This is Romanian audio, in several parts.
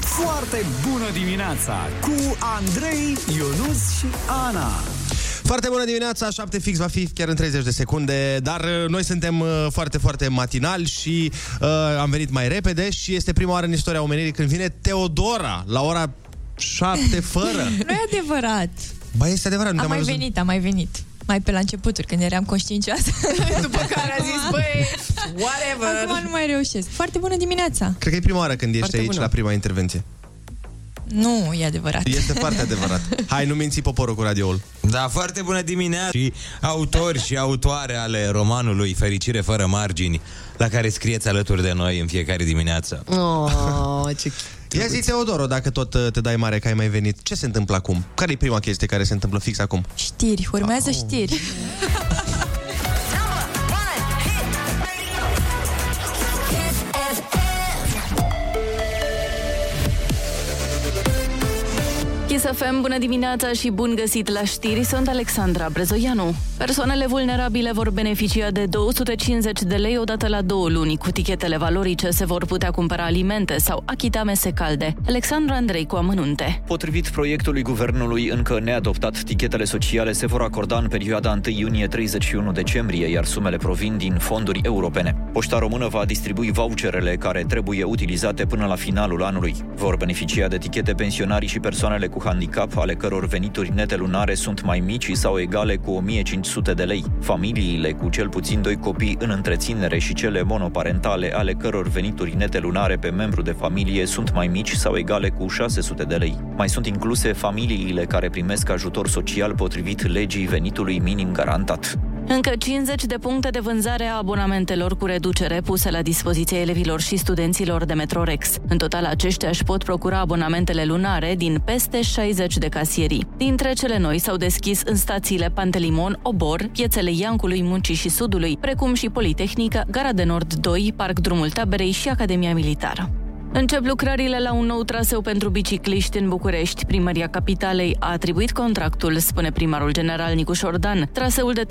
Foarte bună dimineața cu Andrei, Ionus și Ana. Foarte bună dimineața, 7 fix va fi chiar în 30 de secunde, dar uh, noi suntem uh, foarte, foarte matinal și uh, am venit mai repede și este prima oară în istoria omenirii când vine Teodora la ora 7 fără. Nu e adevărat. Ba, este adevărat, nu Am te-am mai văzut. venit, am mai venit. Mai pe la începuturi, când eram conștiincioasă. După care a zis, băi, whatever. Acum nu mai reușesc. Foarte bună dimineața. Cred că e prima oară când ești Foarte aici bună. la prima intervenție. Nu, e adevărat. Este foarte adevărat. Hai, nu minți poporul cu radioul. Da, foarte bună dimineața și autori și autoare ale romanului Fericire fără margini, la care scrieți alături de noi în fiecare dimineață. Oh, ce... Ia zi, Teodoro, dacă tot uh, te dai mare că ai mai venit, ce se întâmplă acum? Care e prima chestie care se întâmplă fix acum? Știri, urmează știri. Kiss FM, bună dimineața și bun găsit la știri, sunt Alexandra Brezoianu. Persoanele vulnerabile vor beneficia de 250 de lei odată la două luni. Cu tichetele valorice se vor putea cumpăra alimente sau achita mese calde. Alexandru Andrei cu amănunte. Potrivit proiectului guvernului încă neadoptat, tichetele sociale se vor acorda în perioada 1 iunie-31 decembrie, iar sumele provin din fonduri europene. Poșta Română va distribui voucherele care trebuie utilizate până la finalul anului. Vor beneficia de tichete pensionarii și persoanele cu handicap, ale căror venituri nete lunare sunt mai mici sau egale cu 1500 de lei. Familiile cu cel puțin doi copii în întreținere și cele monoparentale, ale căror venituri nete lunare pe membru de familie sunt mai mici sau egale cu 600 de lei. Mai sunt incluse familiile care primesc ajutor social potrivit legii venitului minim garantat. Încă 50 de puncte de vânzare a abonamentelor cu reducere puse la dispoziția elevilor și studenților de Metrorex. În total, aceștia își pot procura abonamentele lunare din peste 60 de casierii. Dintre cele noi s-au deschis în stațiile Pantelimon, Obor, piețele Iancului, Muncii și Sudului, precum și Politehnica, Gara de Nord 2, Parc Drumul Taberei și Academia Militară. Încep lucrările la un nou traseu pentru bicicliști în București. Primăria Capitalei a atribuit contractul, spune primarul general Nicu Șordan. Traseul de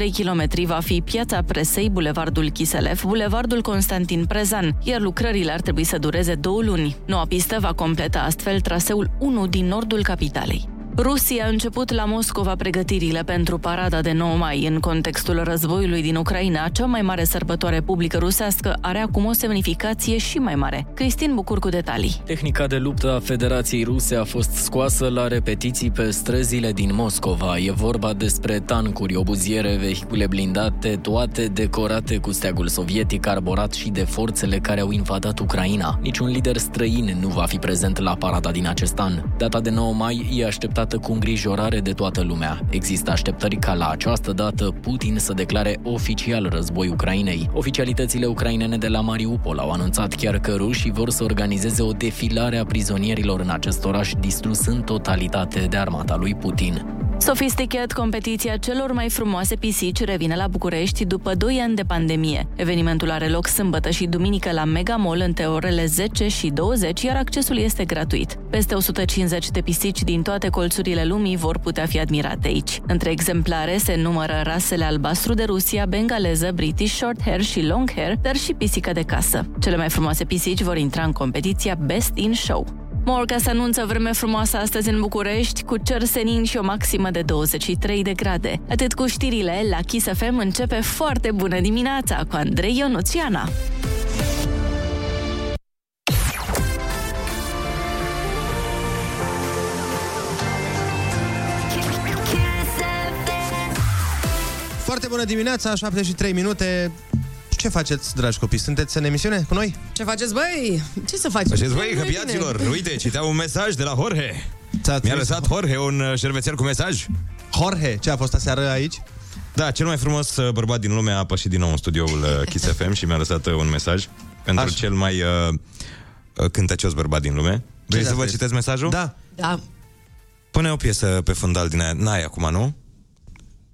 3,3 km va fi Piața Presei, Bulevardul Chiselef, Bulevardul Constantin Prezan, iar lucrările ar trebui să dureze două luni. Noua pistă va completa astfel traseul 1 din nordul capitalei. Rusia a început la Moscova pregătirile pentru parada de 9 mai. În contextul războiului din Ucraina, cea mai mare sărbătoare publică rusească are acum o semnificație și mai mare. Cristin Bucur cu detalii. Tehnica de luptă a Federației Ruse a fost scoasă la repetiții pe străzile din Moscova. E vorba despre tancuri, obuziere, vehicule blindate, toate decorate cu steagul sovietic arborat și de forțele care au invadat Ucraina. Niciun lider străin nu va fi prezent la parada din acest an. Data de 9 mai e așteptată cu îngrijorare de toată lumea. Există așteptări ca la această dată Putin să declare oficial război Ucrainei. Oficialitățile ucrainene de la Mariupol au anunțat chiar că rușii vor să organizeze o defilare a prizonierilor în acest oraș distrus în totalitate de armata lui Putin. Sofisticate, competiția celor mai frumoase pisici revine la București după 2 ani de pandemie. Evenimentul are loc sâmbătă și duminică la Mega Mall între orele 10 și 20, iar accesul este gratuit. Peste 150 de pisici din toate colțurile lumii vor putea fi admirate aici. Între exemplare se numără rasele albastru de Rusia, bengaleză, British Shorthair și Longhair, dar și pisica de casă. Cele mai frumoase pisici vor intra în competiția Best in Show. Morca se anunță vreme frumoasă astăzi în București, cu cer senin și o maximă de 23 de grade. Atât cu știrile, la Kiss FM începe foarte bună dimineața cu Andrei Ionuțiana. Foarte bună dimineața, 7 și 3 minute. Ce faceți, dragi copii? Sunteți în emisiune cu noi? Ce faceți, băi? Ce să faci? Faceți voi, Nu e hăbiaților, bine. uite, citeam un mesaj de la Jorge. Ți-ați Mi-a zis- lăsat Jorge un uh, șervețel cu mesaj. Jorge, ce a fost aseară aici? Da, cel mai frumos uh, bărbat din lume a apășit din nou în studioul uh, Kiss FM și mi-a lăsat uh, un mesaj pentru Așa. Așa. cel mai uh, uh, cântăcios bărbat din lume. Vrei să le-a vă zis? citesc mesajul? Da. Da. Pune o piesă pe fundal din aia. N-ai acum, nu?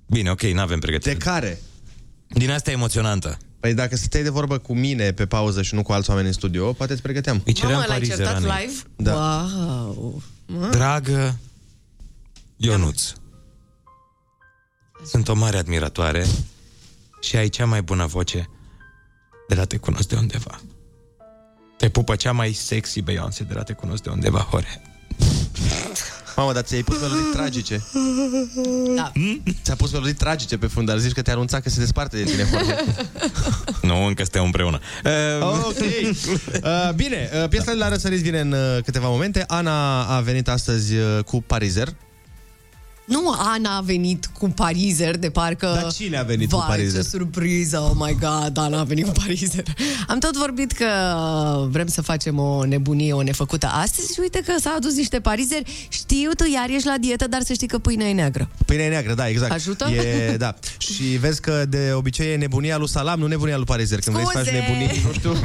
Bine, ok, n-avem pregătire. De care? Din asta emoționantă. Păi dacă stăteai de vorbă cu mine pe pauză și nu cu alți oameni în studio, poate îți pregăteam. Îi Mamă, ceream l-ai certat parizeranei. live? Da. Wow. Dragă Ionuț, sunt o mare admiratoare și ai cea mai bună voce de la te cunosc de undeva. Te pupă cea mai sexy Beyoncé de la Te Cunosc de undeva, Hore. Mamă, dar ți-ai pus melodii tragice. Da. Hmm? Ți-a pus melodii tragice pe fundal. Zici că te anunța că se desparte de tine Ehm. Jorge. Nu, încă suntem împreună. Uh, Ok. Uh, bine, uh, piesa de la răsărit vine în uh, câteva momente. Ana a venit astăzi uh, cu Parizer. Nu Ana a venit cu parizer de parcă... Dar cine a venit cu Vai, parizer? ce surpriză, oh my god, Ana a venit cu parizer. Am tot vorbit că vrem să facem o nebunie, o nefăcută astăzi și uite că s-a adus niște parizeri. Știu, tu iar ești la dietă, dar să știi că pâinea e neagră. Pâinea e neagră, da, exact. Ajută? E, da. Și vezi că de obicei e nebunia lui Salam, nu nebunia lui Parizer. Când vrei să faci Scuze! nebunii, nu știu.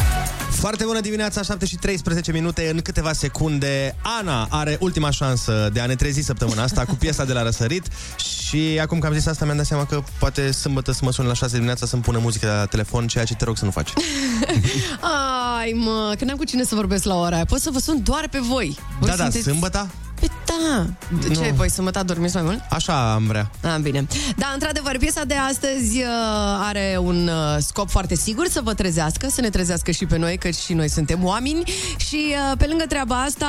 Foarte bună dimineața, 7 și 13 minute în câteva secunde. Ana are ultima șansă de a ne trezi săptămâna asta cu piesa de la răsărit și acum că am zis asta mi-am dat seama că poate sâmbătă să mă sun la 6 dimineața să-mi pună muzică la telefon, ceea ce te rog să nu faci. Ai, mă, că n-am cu cine să vorbesc la ora aia. Pot să vă sun doar pe voi. Voi da, da, sunteți- sâmbăta? Păi da. De ce, voi sâmbătă adormiți mai mult? Așa am vrea. Ah, bine. Da, într-adevăr, piesa de astăzi uh, are un uh, scop foarte sigur, să vă trezească, să ne trezească și pe noi, că și noi suntem oameni. Și uh, pe lângă treaba asta,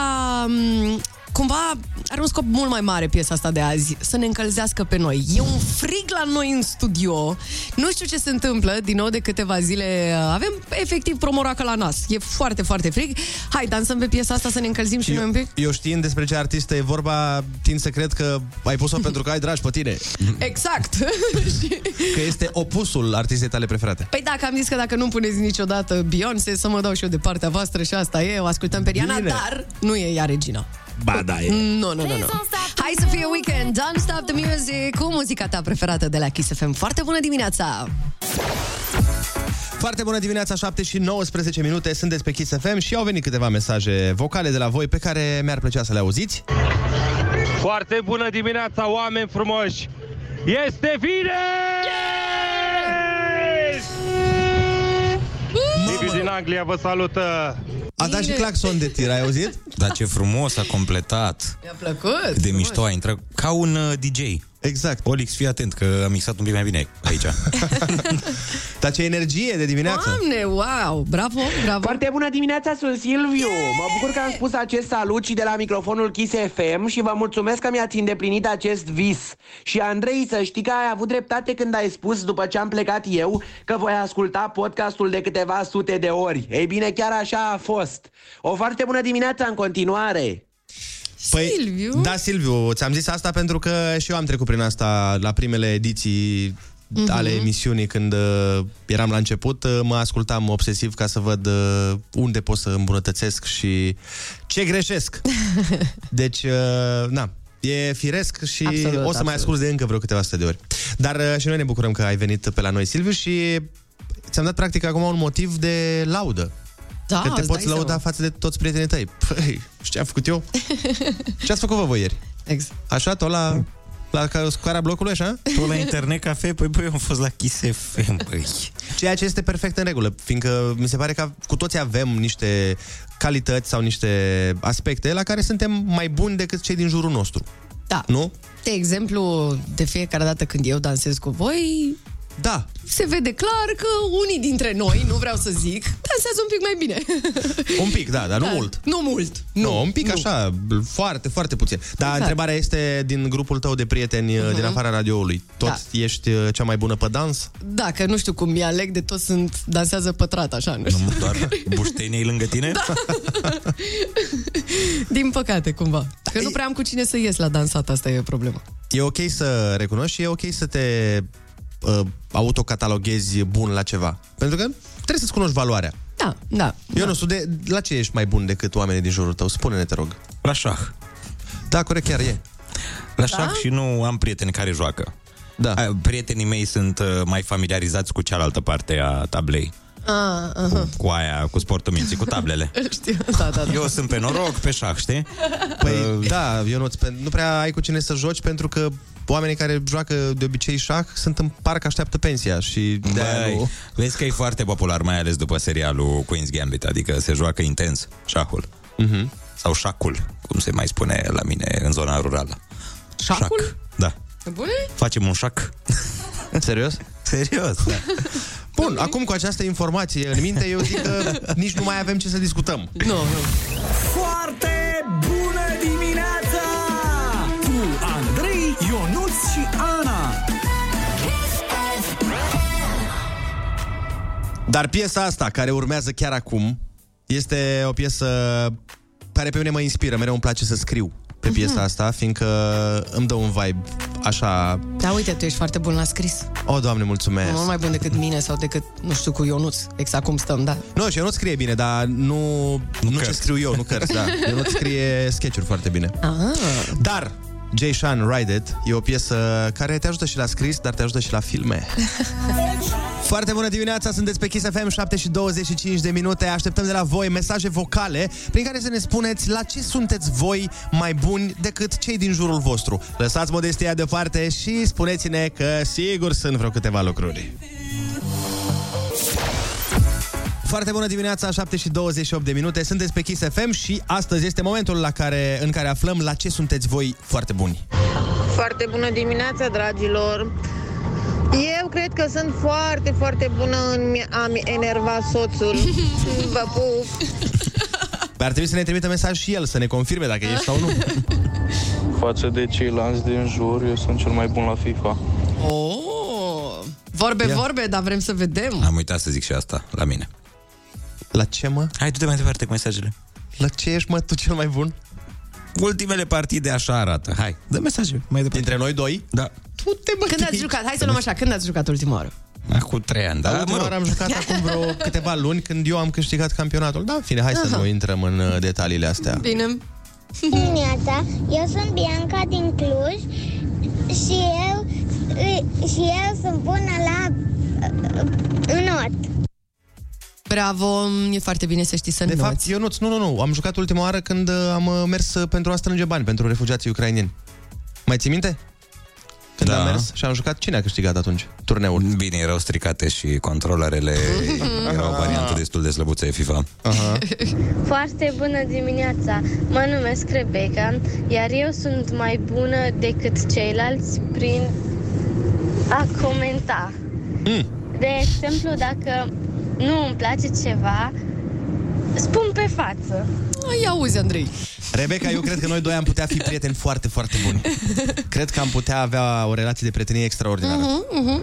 um, cumva are un scop mult mai mare piesa asta de azi, să ne încălzească pe noi. E un frig la noi în studio, nu știu ce se întâmplă, din nou de câteva zile uh, avem efectiv promoroacă la nas. E foarte, foarte frig. Hai, dansăm pe piesa asta să ne încălzim și noi un pic. eu știind despre ce artistă e vorba, tind să cred că ai pus-o pentru că ai dragi pe tine, Exact. și... că este opusul artistei tale preferate. Păi da, că am zis că dacă nu puneți niciodată Beyoncé, să mă dau și eu de partea voastră și asta e, o ascultăm pe Rihanna, Bine. dar nu e ea regina. Ba da, e. Nu, nu, nu, nu. Hai să fie weekend, don't stop the music, cu muzica ta preferată de la Kiss FM. Foarte bună dimineața! Foarte bună dimineața, 7 și 19 minute, sunteți pe Kiss FM și au venit câteva mesaje vocale de la voi pe care mi-ar plăcea să le auziți. Foarte bună dimineața, oameni frumoși! Este vine! Liviu din Anglia vă salută! A dat și Bine. claxon de tir, ai auzit? dar ce frumos a completat. Mi-a plăcut! De mișto a intrat ca un uh, DJ. Exact. Olix, fii atent că am mixat un pic mai bine aici. Dar ce energie de dimineață. Doamne, wow! Bravo, bravo! Foarte bună dimineața, sunt Silviu! Mă bucur că am spus acest salut și de la microfonul Kiss FM și vă mulțumesc că mi-ați îndeplinit acest vis. Și Andrei, să știi că ai avut dreptate când ai spus, după ce am plecat eu, că voi asculta podcastul de câteva sute de ori. Ei bine, chiar așa a fost. O foarte bună dimineața în continuare! Silviu? Da, Silviu, ți-am zis asta pentru că și eu am trecut prin asta la primele ediții Mhm. ale emisiunii când uh, eram la început, uh, mă ascultam obsesiv ca să văd uh, unde pot să îmbunătățesc și ce greșesc. Deci, uh, na, e firesc și Absolut, absolut, o să absolut. absolut. mai ascult de încă vreo câteva sute de ori. Dar uh, și noi ne bucurăm că ai venit pe la noi, Silviu, și ți-am dat practic acum un motiv de laudă. da, Că te îți poți dai lăuda seama. față de toți prietenii tăi. Păi, și ce am făcut eu? Ce ați făcut vă voi ieri? Exact. Așa, tot la, la ca- scara blocului, așa? tu la internet cafe? Păi băi, am fost la Kiss FM, băi. Ceea ce este perfect în regulă, fiindcă mi se pare că cu toții avem niște calități sau niște aspecte la care suntem mai buni decât cei din jurul nostru. Da. Nu? De exemplu, de fiecare dată când eu dansez cu voi, Da. se vede clar că unii dintre noi, nu vreau să zic, dansează un pic mai bine. Un pic, da, dar nu mult. Nu mult. Nu, un pic așa, foarte, foarte puțin. Dar Exact. întrebarea este din grupul tău de prieteni uh din afara radioului. Tot Da. ești uh, cea mai bună pe dans? Da, că nu știu cum mi aleg de toți sunt dansează pătrat, așa, nu știu. Nu doar buștenii lângă tine? Da. Din păcate, cumva. Că nu prea am cu cine să ies la dansat, asta e problema. E ok să recunoști și e ok să te uh, autocataloghezi bun la ceva. Pentru că trebuie să-ți cunoști valoarea. Da, da. Eu nu știu, de, la ce ești mai bun decât oamenii din jurul tău? Spune-ne, te rog. La șah. Da, corect, chiar e. La șah și nu am prieteni care joacă. Da. A, Prietenii mei sunt uh, mai familiarizați cu cealaltă parte a tablei. Ah, aha. Cu aia, cu sportul minții, cu tablele. Știu, da, da, da. Eu sunt pe noroc, pe șah, știi? Păi, da, eu nu, nu prea ai cu cine să joci pentru că oamenii care joacă de obicei șah sunt în parc, așteaptă pensia și de Băi, Da, nu... Vezi că e foarte popular, mai ales după serialul Queen's Gambit, adică se joacă intens șahul. Mhm. Sau șacul, cum se mai spune la mine în zona rurală. Șacul? Șac, da. Bune? Facem un șac. Serios? Serios, da. Bun, acum cu această informație în minte, eu zic că nici nu mai avem ce să discutăm. Nu, nu. Foarte bună dimineața! Cu Andrei, Ionuț și Ana. Dar piesa asta, care urmează chiar acum, este o piesă care pe mine mă inspiră, mereu îmi place să scriu pe piesa asta, fiindcă îmi dă un vibe așa... Da, uite, tu ești foarte bun la scris. O, oh, Doamne, mulțumesc! Mult mai bun decât mine sau decât, nu știu, cu Ionuț. Exact cum stăm, da. Nu, și eu nu scrie bine, dar nu, nu, nu ce cărți. scriu eu, nu cărți, da. Eu nu scrie sketch-uri foarte bine. Ah. Dar Jay Sean Ride It e o piesă care te ajută și la scris, dar te ajută și la filme. Foarte bună dimineața, sunteți pe Kiss FM 7 și 25 de minute. Așteptăm de la voi mesaje vocale prin care să ne spuneți la ce sunteți voi mai buni decât cei din jurul vostru. Lăsați modestia deoparte și spuneți-ne că sigur sunt vreo câteva lucruri. Foarte bună dimineața, 7 și 28 de minute. Sunteți pe Kiss FM și astăzi este momentul la care, în care aflăm la ce sunteți voi foarte buni. Foarte bună dimineața, dragilor! Eu cred că sunt foarte, foarte bună în a-mi enerva soțul. Vă pup! Dar Păi ar trebui să ne trimită mesaj și el, să ne confirme dacă ești sau nu. Față de ceilalți din jur, eu sunt cel mai bun la FIFA. Oh! Vorbe, Ia. vorbe, dar vrem să vedem. Am uitat să zic și asta la mine. La ce, mă? Hai, du-te mai departe cu mesajele. La ce ești, mă, tu cel mai bun? Ultimele partide așa arată. Hai, dă mesaje mai departe. Dintre noi doi? Da. Tu te bă, Când ați jucat? Hai să luăm așa, când ați jucat ultima oară? Acum trei ani, Da, da? ultima Mă oară rog. am jucat acum vreo câteva luni când eu am câștigat campionatul. Da, în fine, hai să Aha. nu intrăm în uh, detaliile astea. Bine. Dimineața, eu sunt Bianca din Cluj și eu, și eu sunt bună la înot. Bravo, e foarte bine să știi să De nu fapt, eu nu, nu, nu, am jucat ultima oară când uh, am uh, mers uh, pentru a strânge bani pentru refugiații ucraineni. Mai ții minte? Când Da. am mers și am jucat, cine a câștigat atunci turneul? Bine, erau stricate și controlarele erau o Ah. variantă destul de slăbuță de FIFA. Foarte bună dimineața! Mă numesc Rebecca, iar eu sunt mai bună decât ceilalți prin a comenta. De exemplu, dacă nu îmi place ceva, spun pe față. Ai, auzi, Andrei. Rebecca, eu cred că noi doi am putea fi prieteni foarte, foarte buni. Cred că am putea avea o relație de prietenie extraordinară. Mhm, Uh-huh.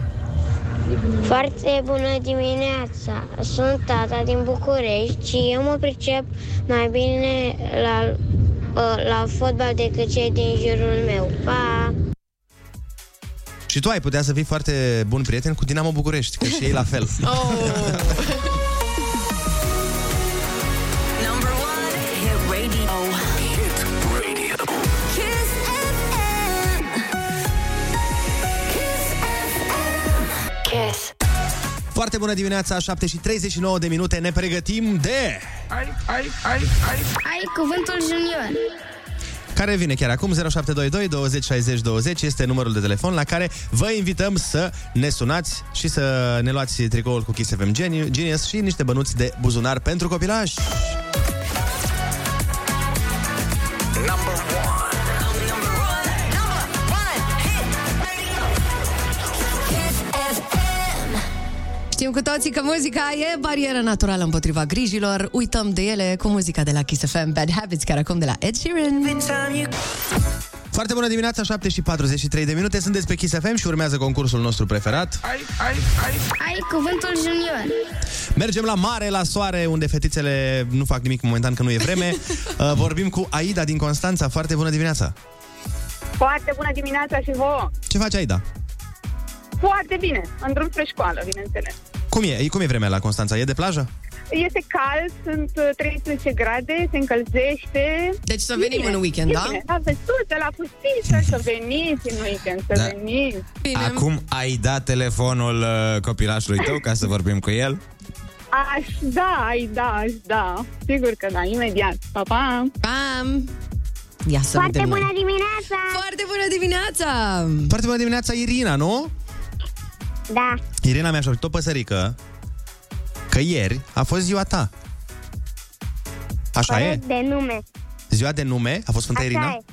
Foarte bună dimineața! Sunt tata din București și eu mă pricep mai bine la, la fotbal decât cei din jurul meu. Pa! Și tu ai putea să fii foarte bun prieten cu Dinamo București, că și ei la fel. Oh. Foarte bună dimineața, 7 și 39 de minute, ne pregătim de... Ai cuvântul junior! care vine chiar acum, 0722 20 60 20 este numărul de telefon la care vă invităm să ne sunați și să ne luați tricoul cu Kiss FM Geni- Genius și niște bănuți de buzunar pentru copilaj. Știm cu toții că muzica e barieră naturală împotriva grijilor. Uităm de ele cu muzica de la Kiss FM, Bad Habits, care acum de la Ed Sheeran. Foarte bună dimineața, 7 și 43 de minute, sunteți pe Kiss FM și urmează concursul nostru preferat. Ai cuvântul junior! Mergem la mare, la soare, unde fetițele nu fac nimic momentan că nu e vreme. Uh, Vorbim cu Aida din Constanța. Foarte bună dimineața! Foarte bună dimineața și vouă! Ce faci, Aida? Foarte bine! În drum spre școală, bineînțeles. Cum e? Cum e vremea la Constanța? E de plajă? Este cald, sunt uh, 13 grade, se încălzește. Deci să E venim bine, în weekend, e da? Bine. Aveți surse la pustiță să veniți în weekend, să Da. da. veniți. Bine. Acum ai dat telefonul uh, copilașului tău ca să vorbim cu el? Aș da, ai da, aș da. Sigur că da, imediat. Pa, pa! Pam! Ia să Foarte vedem bună noi. dimineața! Foarte bună dimineața! Foarte bună dimineața, Irina, nu? Da. Irina mi-a făcut o păsărică că ieri a fost ziua ta. Așa e? Corect de nume. Ziua de nume? A fost Sfânta Așa Irina? e.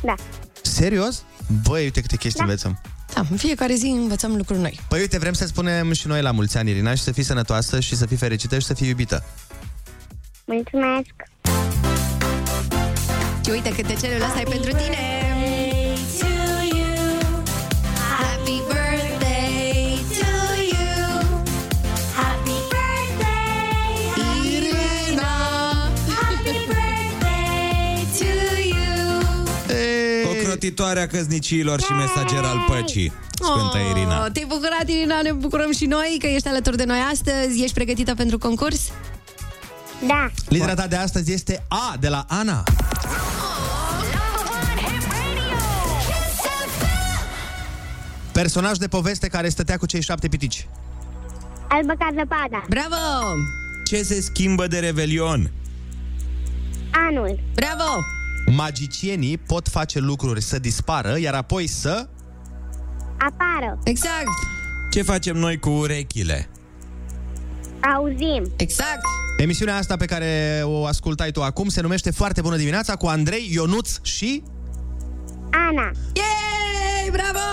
Da. Serios? Băi, uite câte chestii da. învețăm. Da, în fiecare zi învățăm lucruri noi. Păi uite, vrem să spunem și noi la mulți ani, Irina, și să fii sănătoasă și să fii fericită și să fii iubită. Mulțumesc. Și uite câte celul ăsta e pentru tine! Happy birthday to you. Happy birthday, Irina. Happy birthday to you. Ocrotitoarea căsnicilor și mesager al păcii, Sfânta Irina. Oh, Te-ai bucurat, Irina, ne bucurăm și noi că ești alături de noi astăzi. Ești pregătită pentru concurs? Da. Litera ta de astăzi este A, de la Ana. Personaj de poveste care stătea cu cei șapte pitici. Albă ca zăpada. Bravo! Ce se schimbă de revelion? Anul. Bravo! Magicienii pot face lucruri să dispară, iar apoi să... Apară. Exact. Ce facem noi cu urechile? Auzim. Exact. Emisiunea asta pe care o ascultai tu acum se numește Foarte Bună Dimineața cu Andrei, Ionuț și... Ana. Yay! Bravo!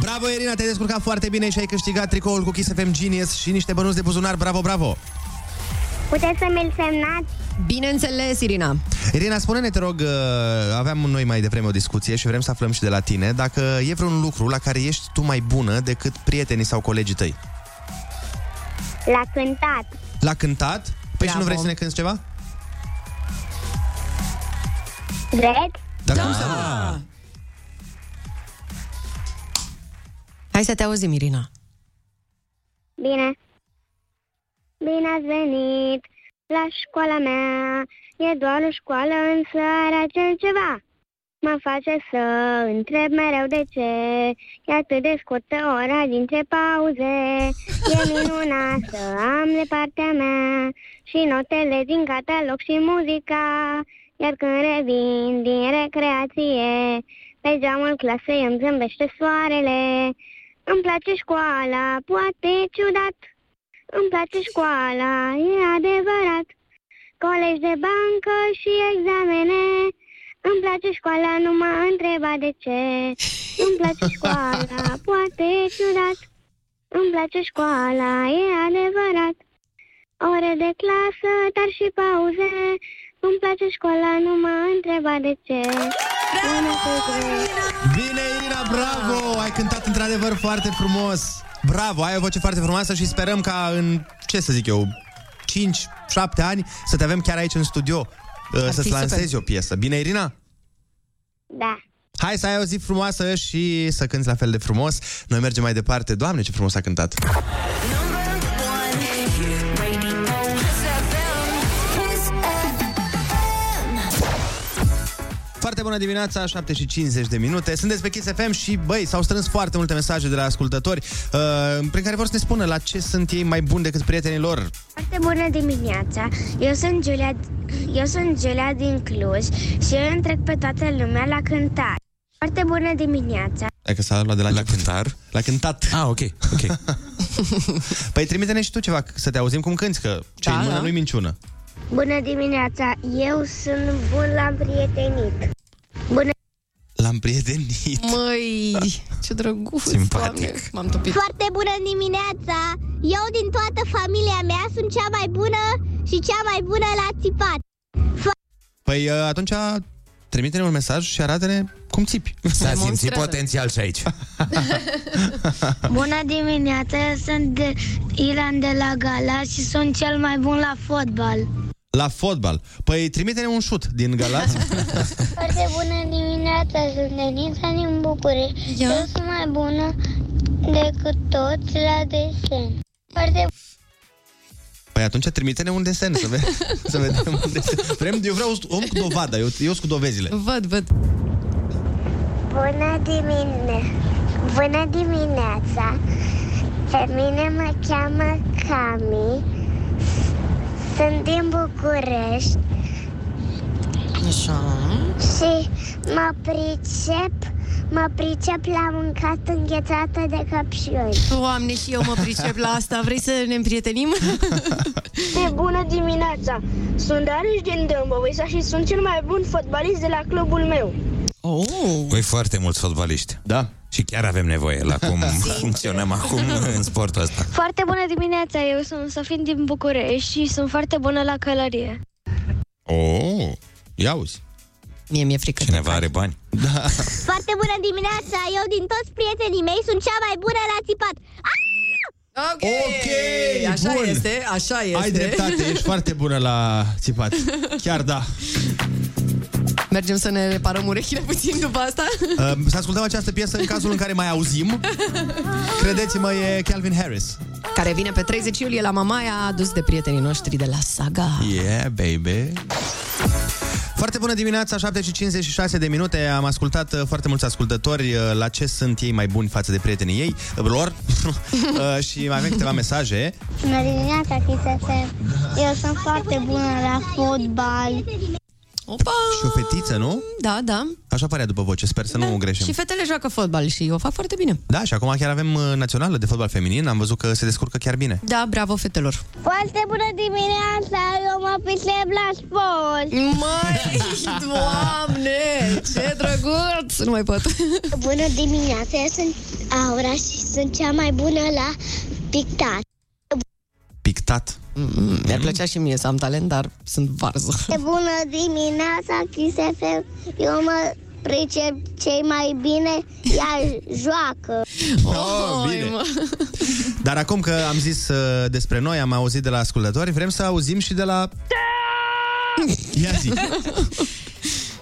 Bravo, Irina, te-ai descurcat foarte bine și ai câștigat tricoul cu Kiss FM Genius și niște bănuți de buzunar. Bravo, bravo! Puteți să mi-l semnați? Bineînțeles, Irina. Irina, spune-ne, te rog, uh, aveam noi mai devreme o discuție și vrem să aflăm și de la tine dacă e vreun lucru la care ești tu mai bună decât prietenii sau colegii tăi. La cântat. La cântat? Păi și nu vrei să ne cânti ceva? Vreți? Dar da. cum să nu? Hai să te auzim, Irina. Bine. Bine ați venit la școala mea. E doar o școală, însă are acel ceva. Mă face să întreb mereu de ce E atât de scurtă ora dintre pauze E minunat să am de partea mea Și notele din catalog și muzica Iar când revin din recreație Pe geamul clasei îmi zâmbește soarele Îmi place școala, poate ciudat Îmi place școala, e adevărat Colegi de bancă și examene îmi place școala, nu m-a întrebat de ce. Îmi place școala, poate e ciudat. Îmi place școala, e adevărat. Ore de clasă, dar și pauze. Îmi place școala, nu m-a întrebat de ce. Bravo, Bine, Irina, bravo! Ai cântat într-adevăr foarte frumos! Bravo, ai o voce foarte frumoasă și sperăm ca în, ce să zic eu, 5-7 ani să te avem chiar aici în studio, uh, fi să-ți super. lansezi o piesă. Bine, Irina? Da. Hai să ai o zi frumoasă și să cânti la fel de frumos. Noi mergem mai departe. Doamne, ce frumos a cântat! Foarte bună dimineața, 7 și 50 de minute. Sunteți pe Kiss FM și, băi, s-au strâns foarte multe mesaje de la ascultători uh, prin care vor să ne spună la ce sunt ei mai buni decât prietenii lor. Foarte bună dimineața! Eu sunt Giulia, eu sunt Giulia din Cluj și eu întrec pe toată lumea la cântare. Foarte bună dimineața! Dacă s-a luat de la La cântar? La cântat. Ah, ok, ok. păi trimite-ne și tu ceva, să te auzim cum cânti, că ce da, Da, în mână da. nu-i minciună. Bună dimineața! Eu sunt bun la prietenit. Bună L-am prietenit. Măi, ce drăguț, Doamne, m-am topit. Foarte bună dimineața! Eu din toată familia mea sunt cea mai bună și cea mai bună la țipat. Păi uh, atunci trimite-ne un mesaj și arată-ne cum țipi. S-a simțit potențial și aici. Bună dimineața! Eu sunt de Ilan de la Galați și sunt cel mai bun la fotbal. La fotbal. Păi trimite-ne un șut din Galați. Foarte bună dimineața! Sunt Denisa din București. Eu sunt mai bună decât toți la desen. Foarte Păi atunci trimite-ne un desen să, ve- să vedem un desen. Vrem, eu vreau om cu dovada, eu, eu sunt cu dovezile. Văd, văd. Bună, dimine... Bună dimineața! Pe mine mă cheamă Cami. Sunt din București Așa. și mă pricep Mă pricep la mâncat înghețată de căpșuni. Doamne, și eu mă pricep la asta. Vrei să ne împrietenim? Pe bună dimineața! Sunt Darius din Dâmbovița și sunt cel mai bun fotbalist de la clubul meu. Oh. Voi foarte mulți fotbaliști. Da. Și chiar avem nevoie la cum funcționăm acum în sportul ăsta. Foarte bună dimineața, eu sunt Sofin din București și sunt foarte bună la călărie. Oh, ia uzi. Mie mi-e frică. Cineva are bani. Da. Foarte bună dimineața! Eu din toți prietenii mei sunt cea mai bună la țipat. Ah! Ok! Așa bun. este, așa Da, este. Ai dreptate, ești foarte bună la țipat. Chiar da. Mergem să ne reparăm urechile puțin după asta? Uh, Să ascultăm această piesă în cazul în care mai auzim. Credeți-mă, e Calvin Harris. Care vine pe 30 iulie la Mamaia, adus de prietenii noștri de la Saga. Yeah, baby. Foarte bună dimineața, 7.56 de minute. Am ascultat uh, foarte mulți ascultători uh, la ce sunt ei mai buni față de prietenii ei, uh, lor. Uh, și mai avem câteva mesaje. Bună dimineața, Chisese! Eu sunt foarte bună la fotbal. Opa! Și o fetiță, nu? Da, da. Așa pare după voce, sper să nu greșim. Și fetele joacă fotbal și o fac foarte bine. Da, și acum chiar avem uh, națională de fotbal feminin, am văzut că se descurcă chiar bine. Da, bravo fetelor. Foarte bună dimineața! Eu mă pricep la sport. Mai, doamne! Ce drăguț! Nu mai pot. Bună dimineața! Eu sunt Aura și sunt cea mai bună la pictat. Pictat. Mm, mi-ar plăcea și mie să am talent, dar sunt varză. Bună dimineața, Chisef. Eu mă pricep cei mai bine, ea joacă. Oh, bine. Dar acum că am zis uh, despre noi, am auzit de la ascultători, vrem să auzim și de la... Ia zi.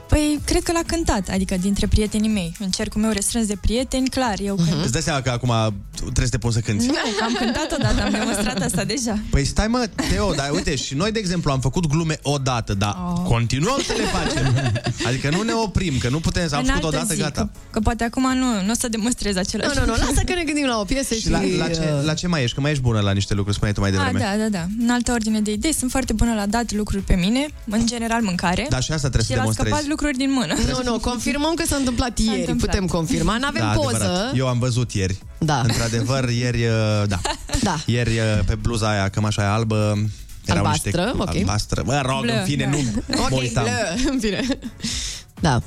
Păi, cred că l-a cântat, adică dintre prietenii mei. În cercul meu restrâns de prieteni, clar, eu Mhm. cânt. Îți dai seama că acum trebuie să te pun să cânti. Nu, Da. că am cântat odată, am demonstrat asta deja. Păi stai mă, Teo, dar uite, și noi, de exemplu, am făcut glume odată, dar oh. continuăm să le facem. Adică nu ne oprim, că nu putem să am În făcut altă odată, zi, gata. Că, că poate acum nu, nu o să demonstrez același Nu, nu, nu, lasă că ne gândim la o piesă și... uh, Și la, la, ce, la ce mai ești? Că mai ești bună la niște lucruri, spuneai tu mai A, devreme. da, da, da. În altă ordine de idei, sunt foarte bună la dat lucruri pe mine, în general mâncare. Dar și asta trebuie și să la demonstrezi. scăpat lucruri din mână. Nu, nu, confirmăm că s-a întâmplat ieri. întâmplat. Putem confirma, n-avem da, poză. Adevărat. Eu am văzut ieri. Da. Într-adevăr, ieri, uh, da. Da. Ieri, uh, pe bluza aia, cămașa aia albă, erau Albastră, niște... ok. Albastră, mă rog, Blă, în fine, da. nu Ok, mă uitam. blă, în fine. Da.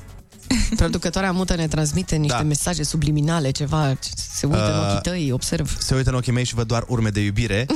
Producătoarea mută ne transmite niște da. mesaje subliminale, ceva, ce se uită uh... în Uh, ochii tăi, observ. Se uită în ochii mei și văd doar urme de iubire.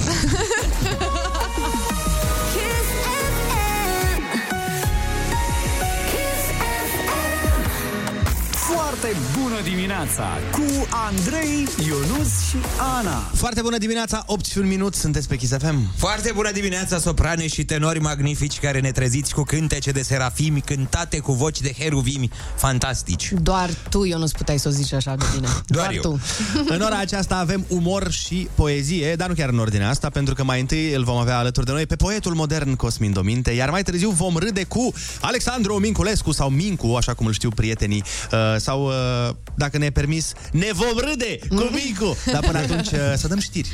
Foarte bună dimineața cu Andrei, Ionus și Ana. Foarte bună dimineața, 8 și un minut, sunteți pe Kiss FM. Foarte bună dimineața, soprane și tenori magnifici care ne treziți cu cântece de serafimi, cântate cu voci de heruvimi fantastici. Doar tu, eu nu-ți puteai să o zici așa de bine. Doar, eu. tu. În ora aceasta avem umor și poezie, dar nu chiar în ordinea asta, pentru că mai întâi îl vom avea alături de noi pe poetul modern Cosmin Dominte, iar mai târziu vom râde cu Alexandru Minculescu sau Mincu, așa cum îl știu prietenii, uh, sau, uh, dacă ne-e permis, ne vom râde cu Mincu! Dar până atunci uh, să dăm știri.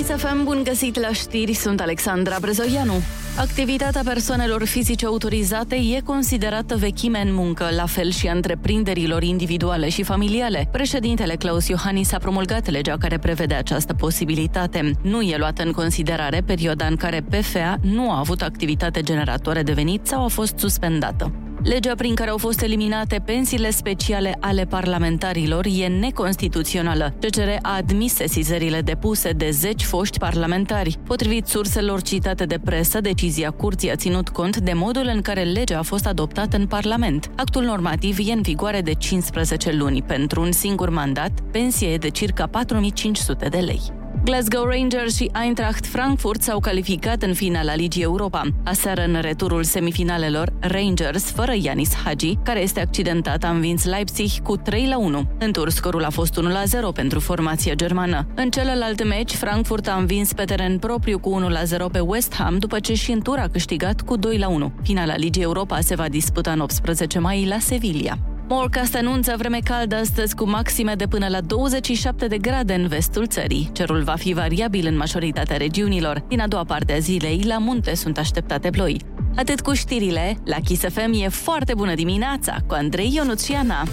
ISFM, bun găsit la știri, sunt Alexandra Brezoianu. Activitatea persoanelor fizice autorizate e considerată vechime în muncă, la fel și a întreprinderilor individuale și familiale. Președintele Claus Iohannis a promulgat legea care prevede această posibilitate. Nu e luată în considerare perioada în care PFA nu a avut activitate generatoare de venit sau a fost suspendată. Legea prin care au fost eliminate pensiile speciale ale parlamentarilor e neconstituțională. CCR a admis sesizările depuse de 10 foști parlamentari. Potrivit surselor citate de presă, decizia curții a ținut cont de modul în care legea a fost adoptată în Parlament. Actul normativ e în vigoare de 15 luni pentru un singur mandat, pensie de circa 4500 de lei. Glasgow Rangers și Eintracht Frankfurt s-au calificat în finala Ligii Europa. Aseară, în returul semifinalelor, Rangers, fără Yanis Hagi, care este accidentat, a învins Leipzig cu 3 la 1. În tur, scorul a fost 1 la 0 pentru formația germană. În celălalt meci, Frankfurt a învins pe teren propriu cu 1 la 0 pe West Ham, după ce și în tur a câștigat cu 2 la 1. Finala Ligii Europa se va disputa în 18 mai la Sevilla. Morcast anunță vreme caldă astăzi cu maxime de până la 27 de grade în vestul țării. Cerul va fi variabil în majoritatea regiunilor. Din a doua parte a zilei, la munte sunt așteptate ploi. Atât cu știrile, la Kiss FM e foarte bună dimineața cu Andrei Ionuțiana.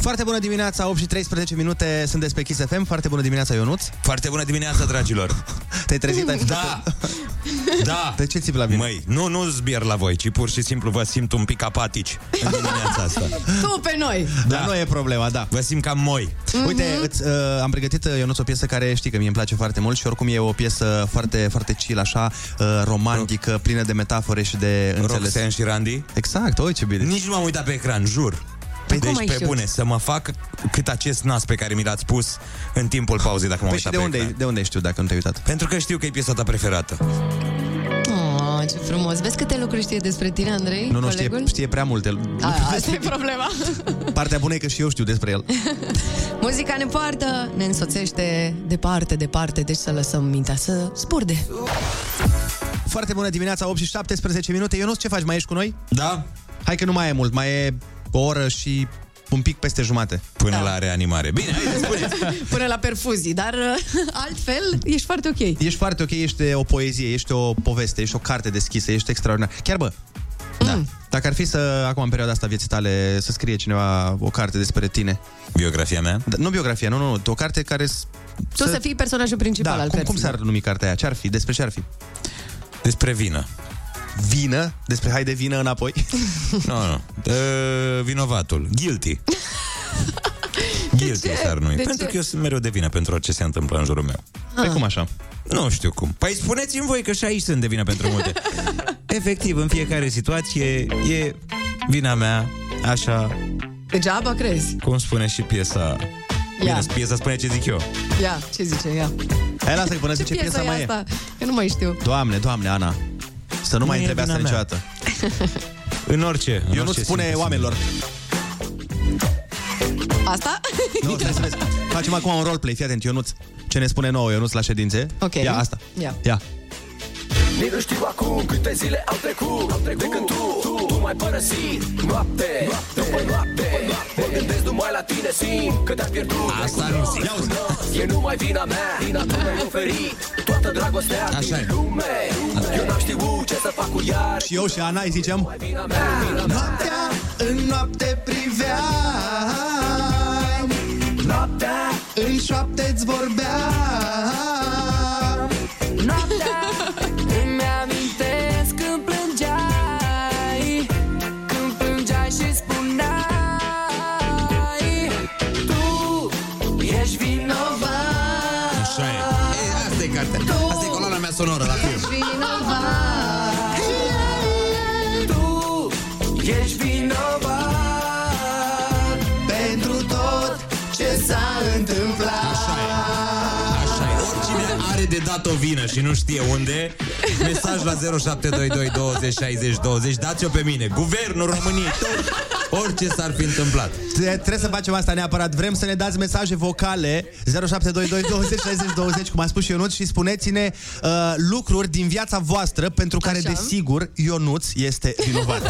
Foarte bună dimineața, 8 și 13 minute, sunt pe Kiss FM. Foarte bună dimineața, Ionuț. Foarte bună dimineața, dragilor. Te-ai trezit, ai făcut Da, da. De ce țipi la mine? Măi, nu, nu zbier la voi, ci pur și simplu vă simt un pic apatici în dimineața asta. Tu pe noi. Da. Dar nu e problema, da. Vă simt cam moi. Mhm. Uite, îți, uh, am pregătit, uh, Ionuț, o piesă care știi că mie îmi place foarte mult și oricum e o piesă foarte, foarte chill, așa, uh, romantică, plină de metafore și de înțeles. Roxanne și Randy? Exact, oi ce bine. Nici nu m-am uitat pe ecran, jur. Păi cum deci, ai pe știut? bune, să mă fac cât acest nas pe care mi l-ați pus în timpul pauzei, dacă m-am Păi și uitat de unde, pe ecran. de unde știu dacă nu te-ai uitat? Pentru că știu că e piesa ta preferată. Oh, ce frumos. Vezi câte lucruri știe despre tine, Andrei, Nu, nu, știe, colegul? știe prea multe. A, asta e problema. Partea bună e că și eu știu despre el. Muzica ne poartă, ne însoțește departe, departe, deci să lăsăm mintea să spurde. Foarte bună dimineața, 8 și 17 minute. Ionuț, ce faci? Mai ești cu noi? Da. Hai că nu mai e mult, mai e o oră și un pic peste jumate. Până da. la reanimare. Bine, Până la perfuzii, dar uh, altfel ești foarte ok. Ești foarte ok, ești o poezie, ești o poveste, ești o carte deschisă, ești extraordinar. Chiar bă, da. Mm. dacă ar fi să, acum în perioada asta a vieții tale, să scrie cineva o carte despre tine. Biografia mea? Da, nu biografia, nu, nu, nu, o carte care... s- Tu să, fii personajul principal da, al cum, cum cărții. s-ar numi cartea aia? Ce ar fi? Despre ce ar fi? Despre vină. Vină? Despre hai de vină înapoi? Nu, nu. Uh, vinovatul. Guilty. Guilty s-ar numi. De Pentru ce? că eu sunt mereu de vină pentru orice se întâmplă în jurul meu. Păi Pe cum așa? Nu știu cum. Păi spuneți-mi voi că și aici sunt de vină pentru multe. Efectiv, în fiecare situație e vina mea, așa, Degeaba crezi. cum spune și piesa. Bine, piesa spune ce zic eu. Ia, ce zice, ia. Hai, lasă că până ce zice piesă piesa e mai e. asta? Că nu mai știu. Doamne, doamne, Ana. Să nu, Nu mai e întrebi asta vina mea. niciodată. În orice. Eu nu spune oamenilor. Asta? Nu, stai să vezi. Facem acum un roleplay, fii atent, Ionuț. Ce ne spune nouă Ionuț la ședințe? Ok. Ia asta. Ia. Ia. Nici nu știu acum câte zile au trecut, au trecut. De când tu, tu, tu m-ai părăsit Noapte, noapte, după noapte, noapte Mă gândesc numai la tine, simt că te-am pierdut Asta nu se E numai vina mea, vina tu mi-ai oferit Toată dragostea Așa din lume Eu n-am știut ce să fac cu ea Și eu și Ana îi zicem Noaptea, în noapte priveam Noaptea, în șoapte-ți vorbeam Noaptea, îmi amintesc când plângeai Când plângeai și spuneai Tu ești vinovat Așa e. e asta e cartea. Asta e coloana mea sonoră la film. Vinovat s-a întâmplat Așa e, așa e Oricine are de dat o vină și nu știe unde Mesaj la 0722 20 60 20 Dați-o pe mine, Guvernul României tot, Orice s-ar fi întâmplat Tre- Trebuie să facem asta neapărat. Vrem să ne dați mesaje vocale 0722 20 60 20, cum a spus și Ionuț, și spuneți-ne uh, lucruri din viața voastră pentru care, Așa. desigur, Ionuț este vinovat.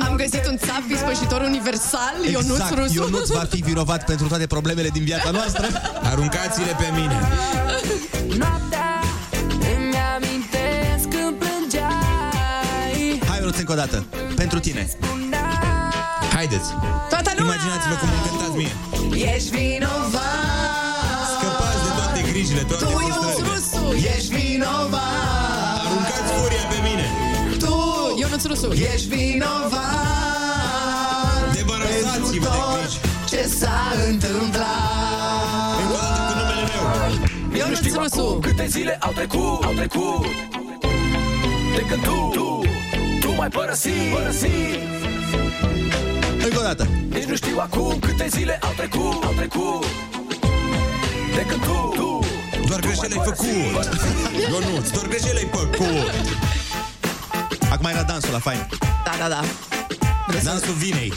Am găsit un țap ispășitor universal, Ionuț exact, Rusu. Ionuț va fi vinovat pentru toate problemele din viața noastră. Aruncați-le pe mine. Noaptea îmi amintesc când plângeai Hai, Ionuț, încă o dată. Pentru tine. Haideți. Toată lumea! Imaginați-vă cum îmi cântați mie. Ești vinovat Scăpați de toate grijile, toate Tu, frustrările. Ionuț Rusu, ești vinovat Aruncați furia pe mine Tu, Ionuț Rusu Ești vinovat Debărăsați-vă de griji ce s-a întâmplat Încă o dată cu numele meu Eu nu știu acum câte zile au trecut Au trecut De când tu Tu, tu m-ai părăsit, părăsit Încă o dată Nici nu știu acum câte zile au trecut Au trecut De când tu Tu, Doar greșeli ai făcut Ionuț, doar greșeli ai făcut Acum era dansul la fain. Da, da, da. Dansul vinei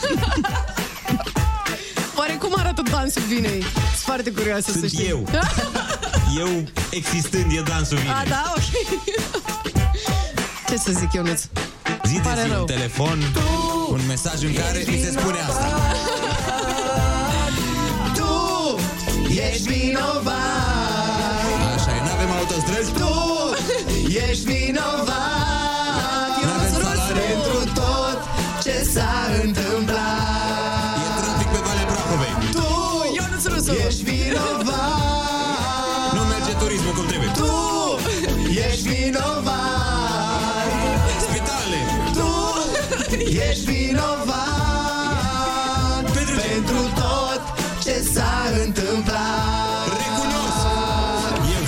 Oare cum arată dansul vinei? Sunt foarte curioasă să Sunt știu. Da? eu. Eu existând e dansul A, vinei da, ok. Ce să zic, Ionuț? Pare Zideți rău. un telefon Un mesaj în care mi se spune asta tu Ești vinovat Așa e, n-avem autostrăzi Tu ești vinovat Ionuț Rusu Pentru tot ce s-a întâmplat E trafic pe Valea Prahovei Tu Ionuț Rusu Ești vinovat Nu merge turismul cum trebuie Tu ești vinovat Spitale Tu ești vinovat Pentru, tot ce s-a întâmplat Recunosc Eu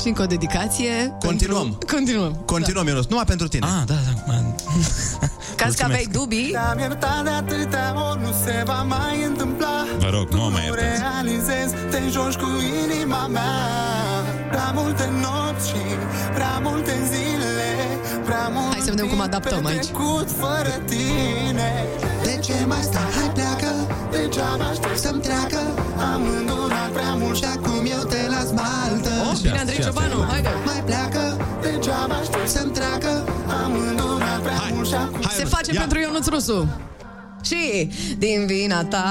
Și încă o dedicație. Continuăm. Continuăm. Continuăm, Ionuț. Numai pentru tine. Ah, da, da. Caz că aveai dubii. Am iertat de atâtea ori, nu se va mai întâmpla Vă rog, nu o mai Nu iertați realizez, te joci cu inima mea Prea multe nopți și prea multe zile Prea mult Hai să vedem cum adaptăm aici. petrecut fără tine De ce mai sta? Hai pleacă Degeaba aștept să-mi treacă Am îndurat prea mult și acum eu te las baltă Oh, bine, Și Andrei asta, și asta. Ciobanu, haide. Mai pleacă Degeaba aștept să-mi treacă Am îndurat prea mult și acum Se da. face pentru Ionuț Rusu. Și din vina ta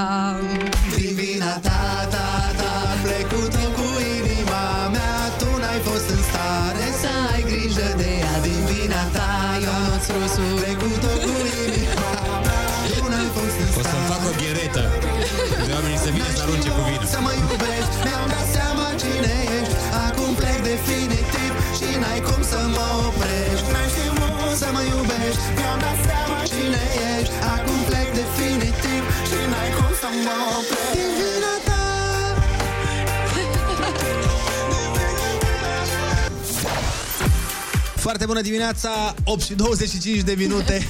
Din vina ta, ta, ta Am plecut cu inima mea Tu n-ai fost în stare să ai grijă de ea Din vina ta, Ionuț Rusu Plecut cu inima mea Tu n-ai fost în O să-mi fac o gheretă De oamenii să vină să arunce cu vină să mă iubești Mi-am dat seama cine ești Acum plec definitiv Și n-ai cum să mă oprești N-ai știut să mă iubești Mi-am dat seama cine ești Acum plec definitiv Și n-ai cum să mă oprești Din vina ta Foarte bună dimineața, 8 și 25 de minute.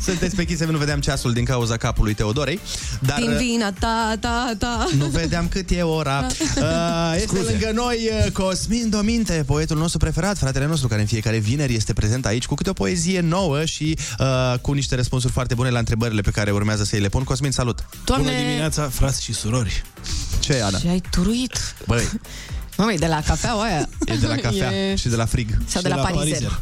Sunteți pe Chisem, nu vedeam ceasul din cauza capului Teodorei. Dar uh, Din vina ta, ta, ta Nu vedeam cât e ora. Uh, este Scuze. lângă noi uh, Cosmin Dominte, poetul nostru preferat, fratele nostru, care în fiecare vineri este prezent aici cu câte o poezie nouă și uh, cu niște răspunsuri foarte bune la întrebările pe care urmează să îi le pun. Cosmin, salut! Doamne- Bună dimineața, frați și surori! Ce, Ana? Și ai turuit Băi, Măi, de la cafea aia e de la cafea E- și de la frig. Sau de la, parizer,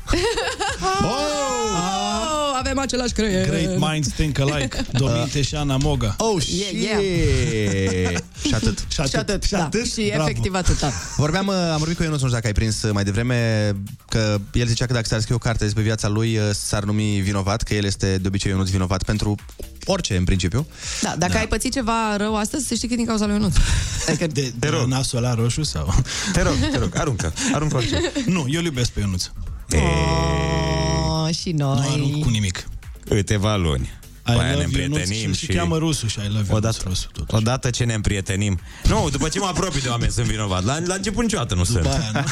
oh, Avem același creier Great minds think alike. Dominte și Ana Moga. Oh, Yeah, yeah. și atât. Și atât. Și, atât, da. și efectiv atâta Vorbeam, uh, am vorbit cu Ionuț, nu știu dacă ai prins uh, mai devreme, că el zicea că dacă s-ar scrie o carte despre viața lui, uh, s-ar numi vinovat, că el este de obicei Ionuț vinovat pentru orice, în principiu. Da, dacă ai pățit ceva rău astăzi, să știi că e din cauza lui Ionuț. Adică De, de rog. nasul la roșu sau? Te rog, te rog, aruncă. Aruncă orice. Nu, eu îl iubesc pe Ionuț. oh, și noi. Nu arunc cu nimic. Câteva luni. I Păi ne love Ionuț împrietenim și, și... și cheamă rusul și I love Ionuț. Odată, odată ce ne împrietenim Nu, după ce mă apropii de oameni sunt vinovat La, la început niciodată nu sunt aia,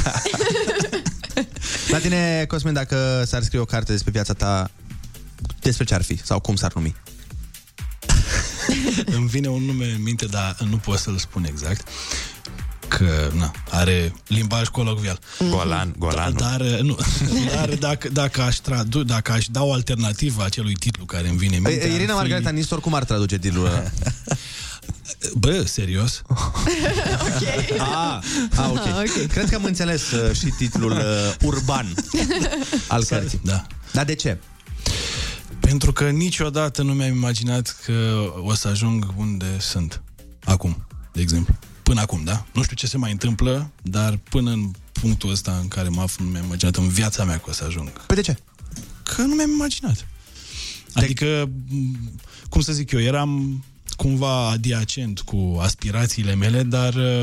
La tine, Cosmin, dacă s-ar scrie o carte despre viața ta, despre ce ar fi? Sau cum s-ar numi? Îmi vine un nume în minte, dar nu pot să-l spun exact. Că, na, are limbaj colocvial. Mm-hmm. Golan, Golan. Da, dar, nu, dar dacă, dacă, aș tradu, dacă aș da o alternativă acelui titlu care îmi vine în minte... Păi, Irina ar Margareta Nistor, cum ar traduce titlul ăla? Bă, serios? ok. A, a, okay. Ah, ok. Cred că am înțeles uh, și titlul uh, Urban al cărții. Da. Dar de ce? Pentru că niciodată nu mi-am imaginat că o să ajung unde sunt. Acum, de exemplu. Până acum, da? Nu știu ce se mai întâmplă, dar până în punctul ăsta în care mă aflu, nu mi-am imaginat în viața mea că o să ajung. Păi de ce? Că nu mi-am imaginat. Adică, m, cum să zic eu, eram cumva adiacent cu aspirațiile mele, dar uh,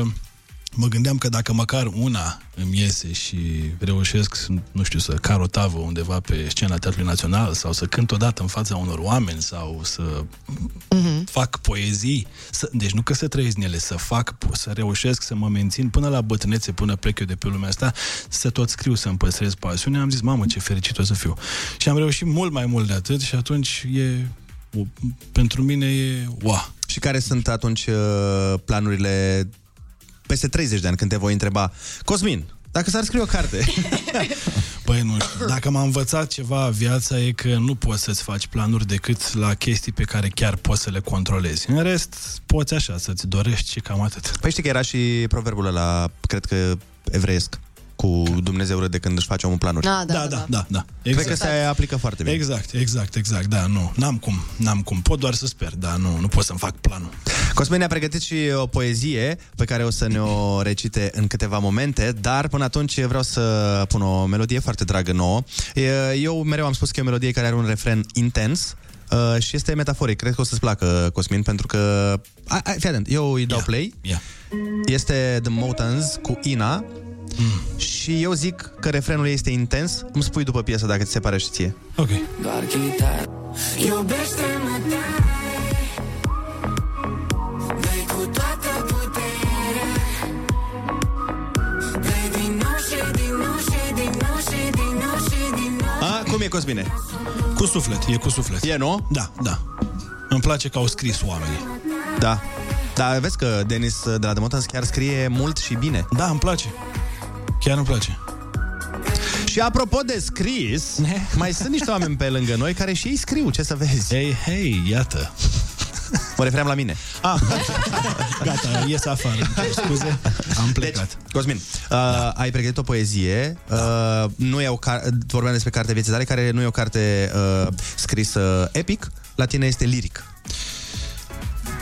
mă gândeam că dacă măcar una îmi iese și reușesc, să- nu știu, să car o tavă undeva pe scena Teatrului Național sau să cânt odată în fața unor oameni sau să fac poezii, să, deci nu că să trăiesc în ele, să fac, po- să reușesc să mă mențin până la bătrânețe, până plec eu de pe lumea asta, să tot scriu, să-mi păstrez pasiunea, am zis, mamă, ce fericit o să fiu. Și am reușit mult mai mult de atât și atunci e, o- pentru mine e, ua, Și care sunt atunci uh, planurile peste 30 de ani când te voi întreba Cosmin, dacă s-ar scrie o carte Băi, nu știu. Dacă m-a învățat ceva viața e că nu poți să-ți faci planuri decât la chestii pe care chiar poți să le controlezi. În rest, poți așa, să-ți dorești și cam atât. Păi știi că era și proverbul ăla, cred că evreiesc, cu Dumnezeu râde când își face omul planuri. Ah, da, Da, da, da, da. da. Exact. Exact. Cred că se aplică foarte bine. Exact, exact, exact, da, nu. N-am cum, n-am cum. Pot doar să sper, da, nu, nu pot să-mi fac planul. Cosmin ne-a pregătit și o poezie pe care o să ne-o recite în câteva momente, dar până atunci vreau să pun o melodie foarte dragă nouă. E, Eu mereu am spus că e o melodie care are un refren intens uh, și este metaforic. Cred că o să-ți placă, Cosmin, pentru că... Ai, ai, fii atent, eu îi dau play. Yeah. Este The Motans cu Ina mm. și eu zic că refrenul ei este intens. Îmi spui după piesă dacă ți se pare și ție. Ok. Doar chitar é Iubește-mă tare Dă-i cu toată puterea Dă-i din nou și din nou și din nou și din nou și din nou A, cum e Cosmine? Cu suflet, e cu suflet. E, nu? Da, da. Îmi place că au scris oamenii. Da. Dar vezi că Denis de la The Motans chiar scrie mult și bine. Da, îmi place. Chiar îmi place. Și apropo de scris, mai sunt niște oameni pe lângă noi care și ei scriu, ce să vezi. Hei, hei, iată. Mă refeream la mine. Ah, gata, ies afară. Îmi cer Scuze, am plecat. Deci, Cosmin, uh, da. ai pregătit o poezie, uh, nu e o car- vorbeam despre cartea vieții tale, care nu e o carte uh, scrisă epic, la tine este liric.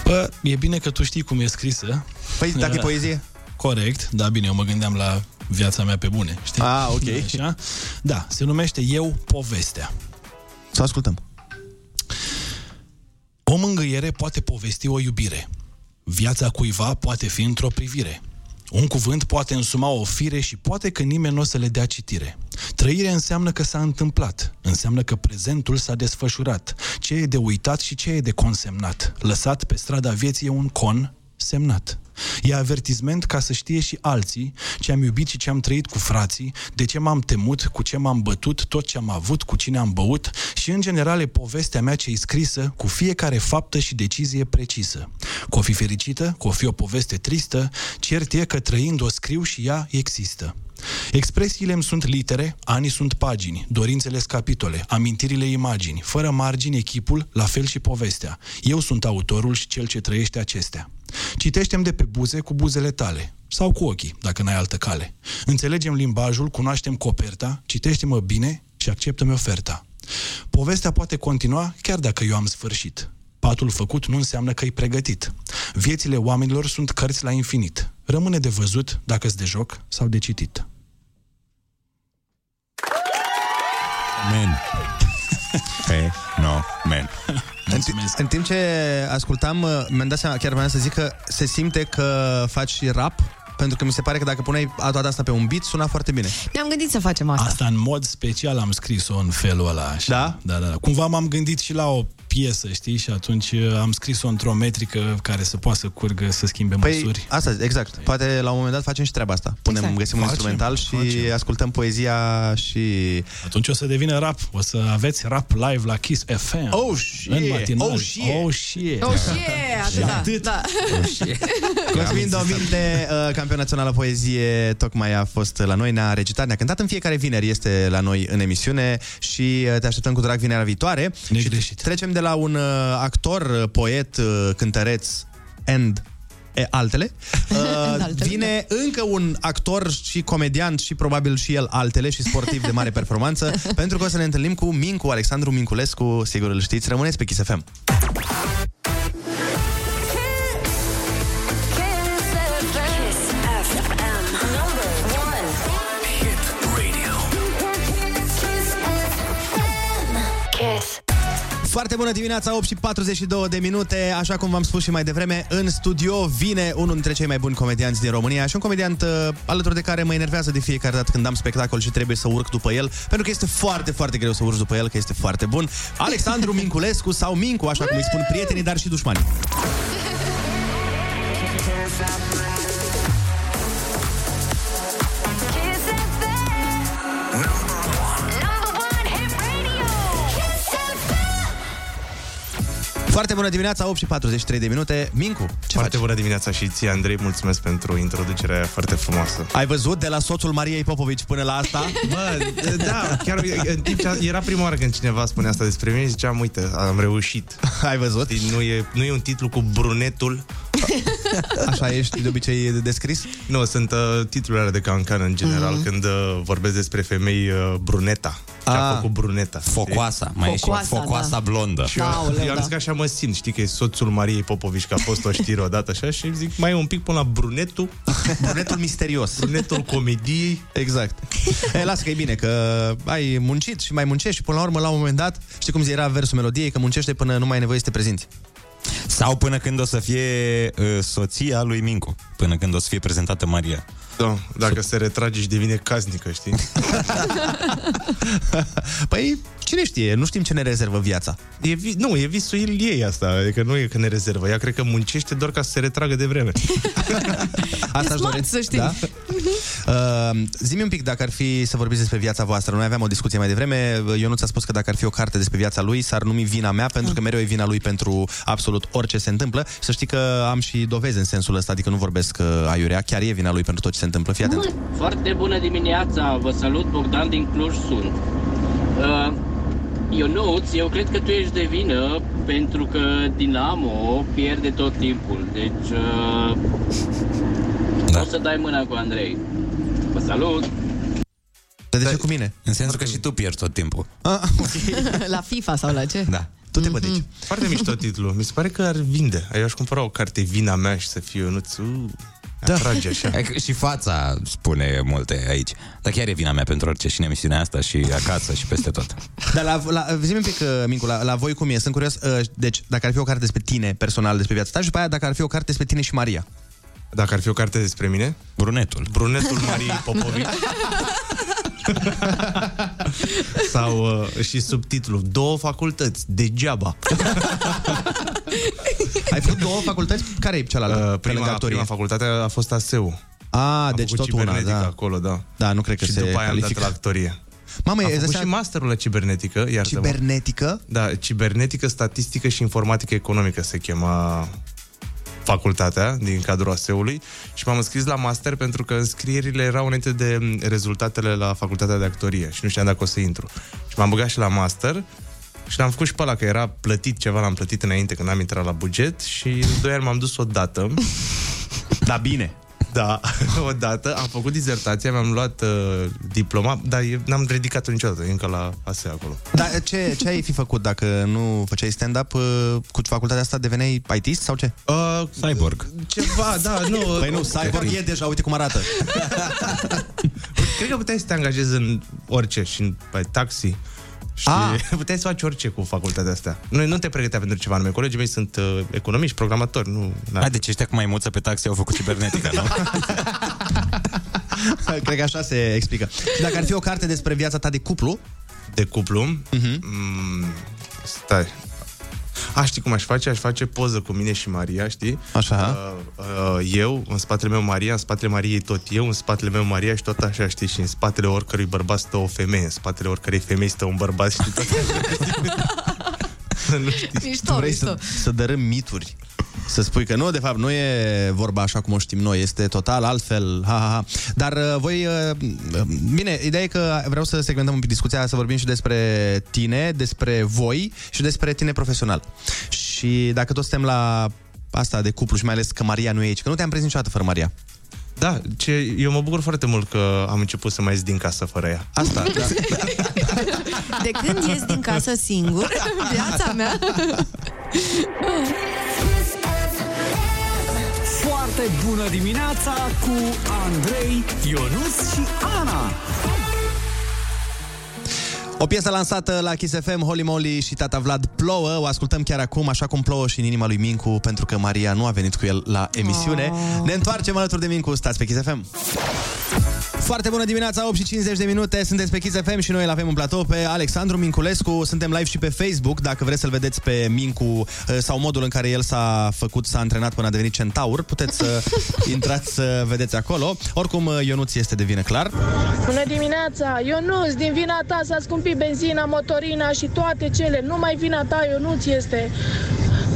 Bă, Păi, e bine că tu știi cum e scrisă. Păi, dacă e poezie? Corect, da, bine, eu mă gândeam la viața mea pe bune, știi? Ah, ok. Așa? Da, se numește Eu Povestea. Să ascultăm. O mângâiere poate povesti o iubire. Viața cuiva poate fi într-o privire. Un cuvânt poate însuma o fire și poate că nimeni nu o să le dea citire. Trăirea înseamnă că s-a întâmplat, înseamnă că prezentul s-a desfășurat, ce e de uitat și ce e de consemnat. Lăsat pe strada vieții e un con semnat. E avertisment ca să știe și alții ce am iubit și ce am trăit cu frații, de ce m-am temut, cu ce m-am bătut, tot ce am avut, cu cine am băut și, în general, e povestea mea ce e scrisă cu fiecare faptă și decizie precisă. Că o fi fericită, că o fi o poveste tristă, cert e că trăind o scriu și ea există. Expresiile îmi sunt litere, anii sunt pagini, dorințele sunt capitole, amintirile imagini, fără margini echipul, la fel și povestea. Eu sunt autorul și cel ce trăiește acestea. Citește-mi de pe buze cu buzele tale sau cu ochii, dacă n-ai altă cale. Înțelegem limbajul, cunoaștem coperta, citește-mă bine și acceptă-mi oferta. Povestea poate continua chiar dacă eu am sfârșit. Patul făcut nu înseamnă că e pregătit. Viețile oamenilor sunt cărți la infinit. Rămâne de văzut dacă sunt de joc sau de citit. Men. Hey, no, men. În, ti- în timp ce ascultam, uh, mi-am dat seama, chiar vreau să zic că se simte că faci și rap, pentru că mi se pare că dacă puneai toată asta pe un beat, suna foarte bine. Ne-am gândit să facem asta. Asta în mod special am scris-o în felul ăla. Așa. Da? Da, da, da. Cumva m-am gândit și la o piesă, știi? Și atunci uh, am scris-o într-o metrică care să poată să curgă, să schimbe Păi, măsuri. asta, exact. Poate la un moment dat facem și treaba asta. Punem, Exact. găsim un Facem, instrumental și ascultăm poezia și... Atunci o să devină rap. O să aveți rap live la Kiss FM. Oh, shit! În matinal. Oh, shit! Oh, shit! Oh, shit! Tá, Atâta, da. Cosmin Domil de uh, Campion Național la Poezie tocmai a fost la noi, ne-a recitat, ne-a cântat în fiecare vineri, este la noi în emisiune și uh, te așteptăm cu drag vinerea viitoare. Negreșit. Trecem de la un uh, actor, uh, poet, uh, cântăreț and e, altele. Uh, Vine încă un actor și comedian și probabil și el altele și sportiv de mare performanță pentru că o să ne întâlnim cu Mincu, Alexandru Minculescu, sigur îl știți, rămâneți pe Kiss FM. Foarte bună dimineața, 8 și 42 de minute, așa cum v-am spus și mai devreme, în studio vine unul dintre cei mai buni comedianți din România și un comediant uh, alături de care mă enervează de fiecare dată când am spectacol și trebuie să urc după el, pentru că este foarte, foarte greu să urci după el, că este foarte bun. Alexandru Minculescu sau Mincu, așa cum îi spun prietenii, dar și dușmani. Foarte bună dimineața, 8 și 43 de minute. Mincu, ce Foarte bună dimineața și ție, Andrei, mulțumesc pentru introducerea foarte frumoasă. ai văzut de la soțul Mariei Popovici până la asta? Bă, da, chiar în timp ce era prima oară când cineva spunea asta despre mine, ziceam, uite, am reușit. Ai văzut? Știi, nu, e, nu e un titlu cu brunetul. Așa ești de obicei descris? Mhm. Nu, sunt uh, titlurile alea de cancan în general, mm-hmm. când uh, vorbesc despre femei uh, bruneta. Ce a Ah. făcut bruneta. Focoasa, mai e și Focoasa, focoasa da. blondă. Și eu, Aoleu, eu am da. zis că așa mă simt, știi că e soțul Mariei Popovici, că a fost o știre odată așa și zic, mai e un pic până la brunetul. brunetul misterios. Brunetul comediei. Exact. E, lasă că e bine, că ai muncit și mai muncești și până la urmă, la un moment dat, știi cum era versul melodiei, că muncește până nu mai ai nevoie să te prezinți. Sau până când o să fie uh, soția lui Mincu, până când o să fie prezentată Maria. Da, dacă se retrage și devine casnică, știi? Păi, cine știe, nu știm ce ne rezervă viața. E vi- nu, e visul ei asta, adică nu e că ne rezervă. Ea cred că muncește doar ca să se retragă de vreme. Asta E aș smart, dori. să știi. Da? Uh, zi un pic dacă ar fi să vorbiți despre viața voastră. Noi aveam o discuție mai devreme. Ionuț a spus că dacă ar fi o carte despre viața lui, s-ar numi Vina mea, pentru că mereu e vina lui pentru absolut orice se întâmplă. Să știi că am și dovezi în sensul ăsta, adică nu vorbesc uh, aiurea, chiar e vina lui pentru tot ce se întâmplă. Fii atent. Foarte bună dimineața, vă salut, Bogdan din Cluj sunt. Uh, Ionuț, eu cred că tu ești de vină pentru că Dinamo pierde tot timpul, deci uh, da. o să dai mâna cu Andrei. Vă salut! Dar de ce cu mine? În sensul că și tu pierzi tot timpul. Ah, La FIFA sau la ce? Da. Tu te bădeci. Foarte mișto titlu. Mi se pare că ar vinde. Eu aș cumpăra o carte vina mea și să fiu Ionuț. Uh, da. Atrage așa. Adică Și fața spune multe aici. Dar chiar e vina mea pentru orice și în emisiunea asta și acasă și peste tot. Dar la, la, zi un pic, uh, Mincu, la, la, voi cum e? Sunt curios. Uh, Deci, dacă ar fi o carte despre tine personal, despre viața ta și după aia dacă ar fi o carte despre tine și Maria. Dacă ar fi o carte despre mine? Brunetul. Brunetul Mariei Popovici. Sau uh, și subtitlu Două facultăți, degeaba Ai făcut două facultăți? Care e cealaltă? uh, prima, actorie. prima facultate a fost ASEU A, Am deci făcut tot una, cibernetică da. acolo, da. Da, nu cred că și se după aia am califică. dat la actorie. Mamă, am e făcut zăsea- și masterul la cibernetică, iar Cibernetică? Da, cibernetică, statistică și informatică economică se chema facultatea din cadrul ASEului și m-am înscris la master pentru că înscrierile erau înainte de m, rezultatele la facultatea de actorie și nu știam dacă o să intru. Și m-am băgat și la master și l-am făcut și pe ăla, că era plătit ceva, l-am plătit înainte când am intrat la buget și în doi ani m-am dus o dată. Da, bine. Da, odată am făcut dizertația, mi-am luat uh, diploma, dar e- n-am ridicat-o niciodată, e încă la ASE acolo. Dar uh, ce, ce ai fi făcut dacă nu făceai stand-up? uh, Cu facultatea asta deveneai it sau ce? Uh, Cyborg. Ceva, da, nu... Păi nu, cyborg e deja, uite cum arată. Cred că puteai să te angajezi în orice și în pe taxi. Și Ah. puteai să faci orice cu facultatea asta. Noi nu te pregătea pentru ceva anume. Colegii mei sunt uh, economiști, programatori. Nu, Hai, deci ăștia cu maimuță pe taxi au făcut cibernetică, nu? Cred că așa se explică. Și dacă ar fi o carte despre viața ta de cuplu, De cuplu? Mm-hmm. Mm, stai. A, știi cum aș face? Aș face poză cu mine și Maria, știi? Așa. Uh, uh, eu, în spatele meu Maria, în spatele Mariei tot eu, în spatele meu Maria și tot așa, știi? Și în spatele oricărui bărbat stă o femeie, în spatele oricărei femei stă un bărbat, știi? Tot nu Нали? știi. Mișto, Vrei mișto. Să, să dărâm mituri. Să spui că nu, de fapt, nu e vorba așa cum o știm noi, este total altfel, ha, ha, ha. Dar uh, voi, uh, bine, ideea e că vreau să segmentăm un pic discuția, să vorbim și despre tine, despre voi și despre tine profesional. Și dacă tot suntem la asta de cuplu și mai ales că Maria nu e aici, că nu te-am prins niciodată fără Maria. Da, ce, eu mă bucur foarte mult că am început să mai ies din casă fără ea. Asta, da. De când ies din casă singur, viața mea... Foarte bună dimineața cu Andrei, Ionus și Ana. O piesă lansată la Kiss FM, Holy Moly și Tata Vlad plouă. O ascultăm chiar acum, așa cum plouă și în inima lui Mincu, pentru că Maria nu a venit cu el la emisiune. Ne întoarcem alături de Mincu, stați pe Kiss FM. Foarte bună dimineața, 8 și 50 de minute, sunteți pe Kiss FM și noi îl avem în platou pe Alexandru Minculescu. Suntem live și pe Facebook, dacă vreți să-l vedeți pe Mincu eh, sau modul în care el s-a făcut, s-a antrenat până a devenit centaur, puteți să intrați să vedeți acolo. Oricum, eh, Ionuț este de vină clar. Bună dimineața! Ionuț, din vina ta s-a scumpit benzina, motorina și toate cele. Numai vina ta, Ionuț, este.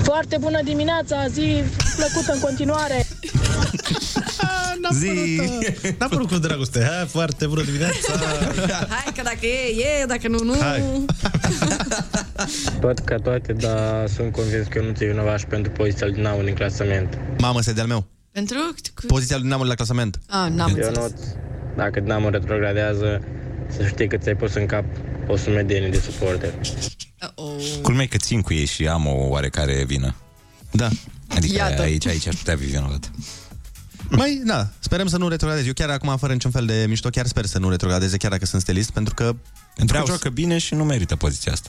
Foarte bună dimineața, zi plăcută în continuare. Zi! da. N-a părut cu dragoste. Ha, foarte bună dimineața! Hai că dacă e, e, dacă nu, nu... Hai. Tot ca toate, dar sunt convins că eu nu ți vinovat și pentru poziția lui Dinamo din clasament. Mamă, se de-al meu. Pentru? Poziția lui Dinamo la clasament. A, n-am înțeles. Ionuț, dacă Dinamo retrogradează, să știi că ți-ai pus în cap o sumedenie de suporter. Uh, Culmea e că țin cu ei și am o oarecare vină. Da. Adică Iată. aici, aici aș putea fi vinovat. Mai, da, sperăm să nu retrogradeze. Eu chiar acum, fără niciun fel de mișto, chiar sper să nu retrogradeze, chiar dacă sunt stilist, pentru că... Pentru că vreau joacă bine și nu merită poziția asta.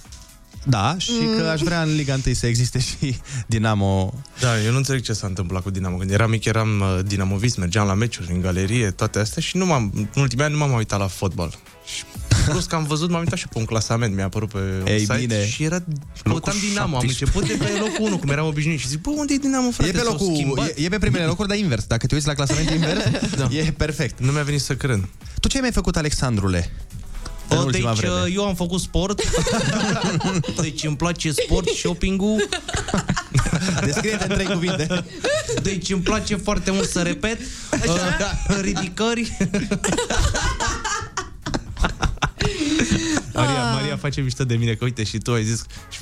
Da, și mm. că aș vrea în Liga 1 să existe și Dinamo. Da, eu nu înțeleg ce s-a întâmplat cu Dinamo. Când eram mic, eram uh, dinamovist, mergeam la meciuri, în galerie, toate astea și nu m-am, în ultimii ani nu m-am mai uitat la fotbal. Și plus că am văzut, m-am uitat și pe un clasament, mi-a apărut pe un Ei, site bine. și era, căutam Dinamo, am 17. început de pe locul 1, cum eram obișnuit și zic, bă, unde e Dinamo, frate? E pe, S-au locul, schimbat." e, e pe primele locuri, dar invers. Dacă te uiți la clasament invers, da. e perfect. Nu mi-a venit să cred. Tu ce ai mai făcut, Alexandrule? În O, ultima deci vreme. eu am făcut sport Deci îmi place sport, shopping-ul Descrie-te în trei cuvinte Deci îmi place foarte mult să repet uh, Ridicări Ah. Maria, Maria face mișto de mine, că uite și tu ai zis și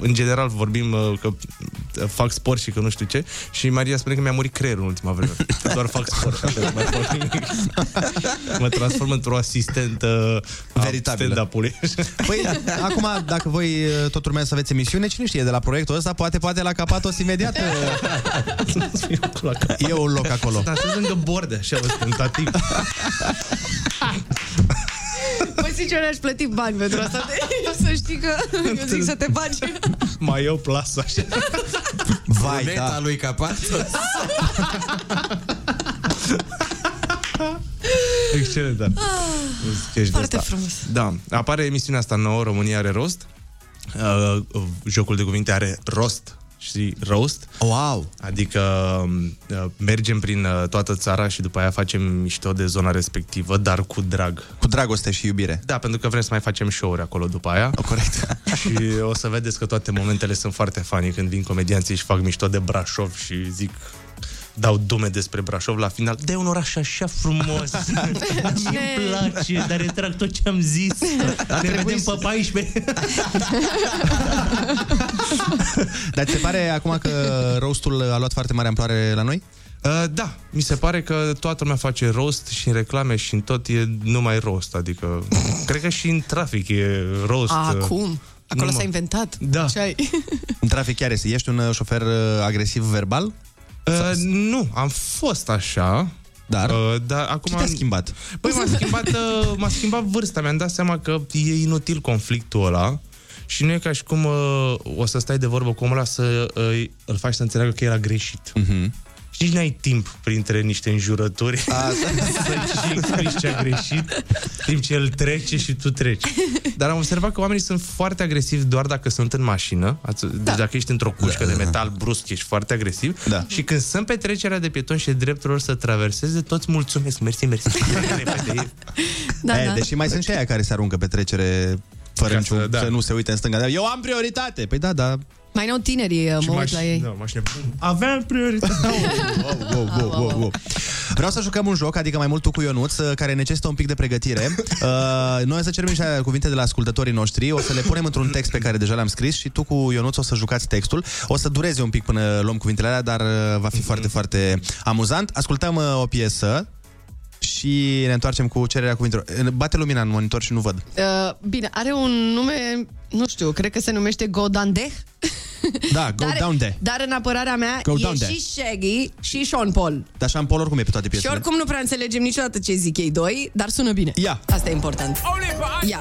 în general vorbim uh, că uh, fac sport și că nu știu ce și Maria spune că mi-a murit creierul în ultima vreme. Doar fac sport. atât, nu mai fac nimic. mă transform într-o asistentă veritabilă. Stand-up-ului. Păi, acum, dacă voi uh, tot urmează să aveți emisiune, cine știe, de la proiectul ăsta, poate, poate la Capatos imediat. uh, e un loc acolo. Dar sunt lângă borde, așa, vă tentativ. Păi sincer, aș plăti bani pentru asta. Eu să știi că eu zic să te faci. Mai eu plas așa. Vai, da. lui Capatos. Excelent, da. Un sketch de Foarte ăsta. frumos. Da, apare emisiunea asta nouă, România are rost. Uh, uh, jocul de cuvinte are rost și roast. Wow! Adică um, uh, mergem prin uh, toată țara și după aia facem mișto de zona respectivă, dar cu drag. Cu dragoste și iubire. Oh, Da, pentru că vrem să mai facem show-uri acolo după aia. Corect. și o să vedeți că toate momentele sunt foarte funny când vin comedianții și fac mișto de Brașov și zic dau dume despre Brașov la final. De un oraș așa frumos. Mi îmi place, dar retrag tot ce am zis Ne vedem pe 14 Dar ți se pare acum că roastul uh, a luat foarte mare amploare la noi? Uh, da, mi se pare că toată lumea face rost și în reclame și în tot e numai rost, adică cred că și în trafic e uh. rost. Ah, Acum. Acolo Nu, s-a mă. inventat. Da. Ce ai? În trafic chiar este. Ești un uh, șofer uh, agresiv verbal? Uh, nu, am fost așa. Dar? Uh, dar acum Ce te-a am- schimbat? Păi m-a schimbat, uh, m-a schimbat vârsta, mi-am dat seama că e inutil conflictul ăla și nu e ca și cum uh, o să stai de vorbă cu omul ăla să uh, îl faci să înțeleagă că el a greșit. Mm-hmm. nici n-ai timp printre niște înjurături da. să și explici ce a greșit, timp ce el trece și tu treci. Dar am observat că oamenii sunt foarte agresivi doar dacă sunt în mașină. Ați- Deci dacă ești într-o cușcă de metal brusc, ești foarte agresiv. Și când sunt pe trecerea de pieton și e dreptul lor să traverseze, toți mulțumesc, mersi, mersi. Da, e, da. Deși mai sunt și aia care se aruncă pe trecere fără niciun, da. să nu se uite în stânga. Eu am prioritate! Păi da, da. Mai nou tinerii, mă uit la ei. mașină. Aveam prioritate. Uh, Wow, wow, wow, wow. Vreau să jucăm un joc, adică mai mult tu cu Ionuț, uh, care necesită un pic de pregătire. Uh, Noi o să cerem niște cuvinte de la ascultătorii noștri, o să le punem într-un text pe care deja l-am scris și tu cu Ionuț o să jucați textul. O să dureze un pic până luăm cuvintele alea, dar uh, va fi foarte, foarte amuzant. Ascultăm uh, o piesă și ne întoarcem cu cererea cuvintelor. Uh, Bate lumina în monitor și nu văd. Uh, bine, are un nume, nu știu, cred că se numește Godandeh, Da, go Dar- down there. dar în apărarea mea Go down e there. și Shaggy și Sean Paul. Dar așa în pol oricum e pe toate Și piesele. oricum nu prea înțelegem niciodată ce zic ei doi, dar sună bine. Ia. Asta e important. Ia.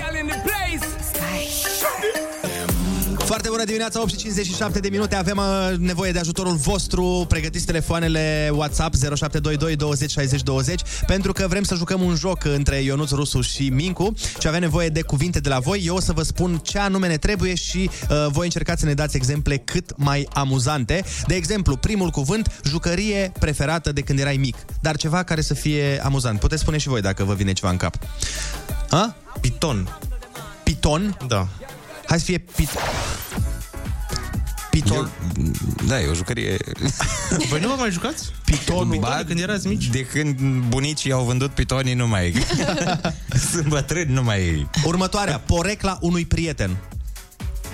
Foarte bună dimineața, 8.57 de minute. Avem uh, nevoie de ajutorul vostru. Pregătiți telefoanele WhatsApp 0722 20 60 20 pentru că vrem să jucăm un joc între Ionuț Rusu și Mincu și avem nevoie de cuvinte de la voi. Eu o să vă spun ce anume ne trebuie și uh, voi încercați să ne dați exemple cât mai amuzante. De exemplu, primul cuvânt, jucărie preferată de când erai mic, dar ceva care să fie amuzant. Puteți spune și voi dacă vă vine ceva în cap. Ha? Piton. Piton? Da. Hai să fie pit... Piton. Da, e o jucărie. Voi Păi nu vă mai jucați? Pitonul. Ba, când erați mici? De când bunicii au vândut pitonii, nu mai Sunt bătrâni, nu mai ei. Următoarea, porecla unui prieten.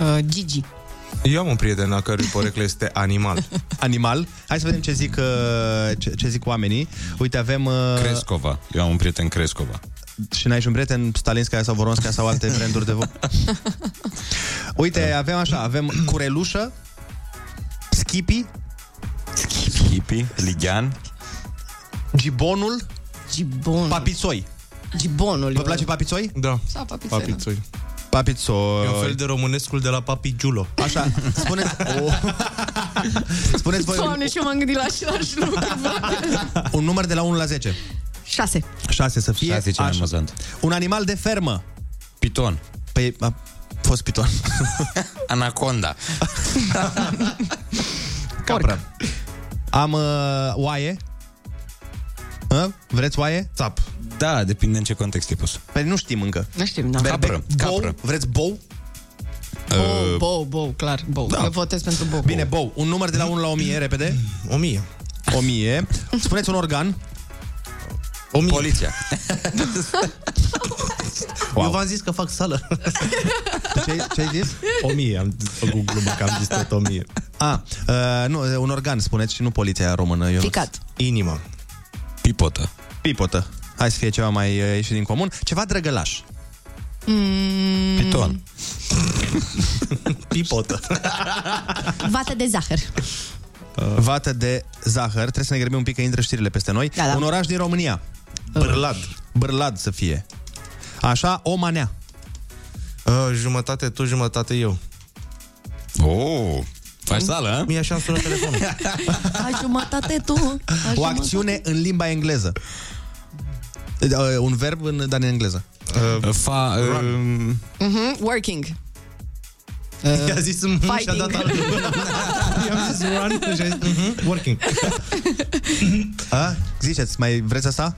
Uh, Gigi. Eu am un prieten la cărui porecle este animal. Animal. Hai să vedem ce zic, uh, ce, ce zic oamenii. Uite, avem... uh, Crescova. Eu am un prieten Crescova. Și n-ai și un prieten Stalinskaya sau Voronskaya sau alte branduri de vo- Uite, avem așa, avem curelușă, Skippy, Schipi, Ligian. Gibonul, Gibonul. Papițoi. Gibonul. Vă place Papițoi? Da. Sau papițoi. Papițoi. Papițoi. E un fel de românescul de la Papi Giulo. Așa, spuneți... Oh. spuneți voi un, Doamne, și eu m-am gândit la același lucru. un număr de la 1 la 10. Șase. 6 să fie. 6 mai amuzant. Un animal de fermă. Piton. Păi a fost piton. Anaconda. Capră. Am uh, oaie. Hă? Vreți oaie? Țap. Da, depinde în ce context e pus. Păi nu știm încă. Nu știm, da. Capră. Bou? Vreți bou? Uh, Bou, bou, bou, clar, bou. Da. Eu votez pentru bou. Mm. Bine, bou. Un număr de la 1 la 1000, repede. 1000. 1000. Spuneți un organ. Poliția. Wow. Eu v-am zis că fac sală. Ce, ce ai zis? 1000, am făcut glumă că am zis tot 1000. A, uh, nu, un organ spuneți și nu poliția română. Eu Ficat. Inimă. Pipotă. Pipotă. Hai să fie ceva mai uh, ieșit din comun. Ceva drăgălaș. Mm, Piton. Pipotă. vată de zahăr. Uh. Vată de zahăr. Trebuie să ne grăbim un pic că intră știrile peste noi. Da, Uh. da. Un oraș din România. Bârlad. Bârlad să fie. Așa, o manea. Uh, jumătate tu, jumătate eu. Oh, faci sală, Mie așa îmi sună telefonul. Ai jumătate tu. Ai O jumătate. acțiune în limba engleză. Uh, Un verb, în, dar în engleză. Uh, fa, uh, Mhm, working. uh, I-a zis în mână și a dat altul. Uh, Fighting. I-am zis run și a zis, "Mhm, working. A? Ziceți, mai vreți asta?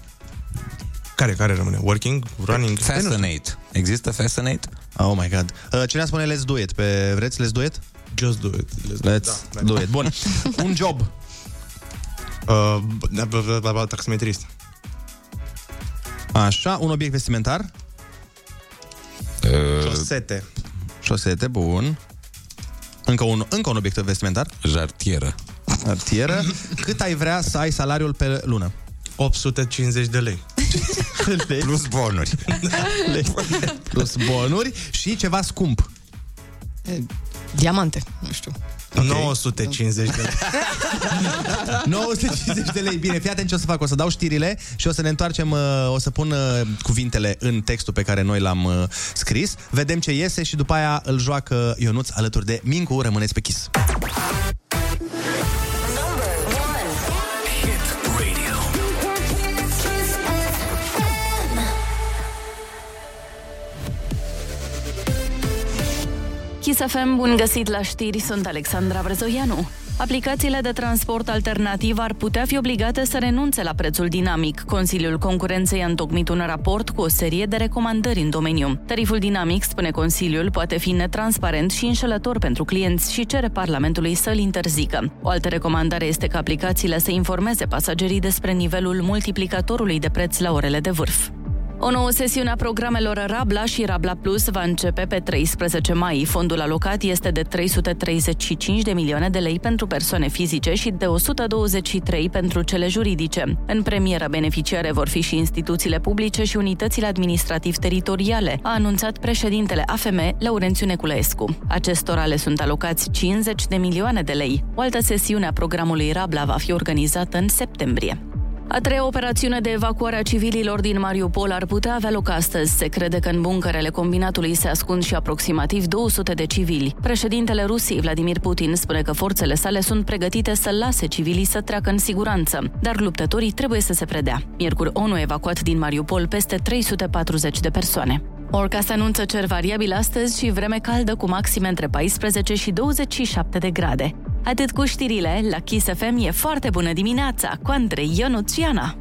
Care, care rămâne? Working? Running? Păi Fascinate. Există Fascinate? Oh my god. Uh, Cine spune let's do it? Pe vreți let's do it? Just do it. Let's, Da, Let's do it. Bun. Un job. Uh, b- b- b- b- taximetrist. Așa, un obiect vestimentar. Uh, Șosete. Șosete, bun. Încă un, încă un obiect vestimentar. Jartieră. Artieră. Cât ai vrea să ai salariul pe lună? 850 de lei. Plus bonuri. Plus bonuri și ceva scump. Diamante, nu știu. Okay. 950 de lei. 950 de lei. Bine, fii atent ce o să fac. O să dau știrile și o să ne întoarcem, uh, o să pun uh, cuvintele în textul pe care noi l-am uh, scris. Vedem ce iese și după aia îl joacă Ionuț alături de Mincu. Rămâneți pe chis. Kiss FM, bun găsit la știri, sunt Alexandra Brezoianu. Aplicațiile de transport alternativ ar putea fi obligate să renunțe la prețul dinamic. Consiliul Concurenței a întocmit un raport cu o serie de recomandări în domeniu. Tariful dinamic, spune Consiliul, poate fi netransparent și înșelător pentru clienți și cere Parlamentului să-l interzică. O altă recomandare este ca aplicațiile să informeze pasagerii despre nivelul multiplicatorului de preț la orele de vârf. O nouă sesiune a programelor Rabla și Rabla Plus va începe pe 13 mai. Fondul alocat este de 335 de milioane de lei pentru persoane fizice și de 123 pentru cele juridice. În premieră beneficiare vor fi și instituțiile publice și unitățile administrativ-teritoriale, a anunțat președintele AFM, Laurențiu Neculescu. Acestora le sunt alocați 50 de milioane de lei. O altă sesiune a programului Rabla va fi organizată în septembrie. A treia operațiune de evacuare a civililor din Mariupol ar putea avea loc astăzi. Se crede că în bunkerele combinatului se ascund și aproximativ 200 de civili. Președintele Rusiei, Vladimir Putin, spune că forțele sale sunt pregătite să lase civilii să treacă în siguranță, dar luptătorii trebuie să se predea. Miercuri, ONU a evacuat din Mariupol peste 340 de persoane. Orcas anunță cer variabil astăzi și vreme caldă cu maxime între 14 și 27 de grade. Atât cu știrile, la Kiss FM e foarte bună dimineața cu Andrei Ionuț și Ana.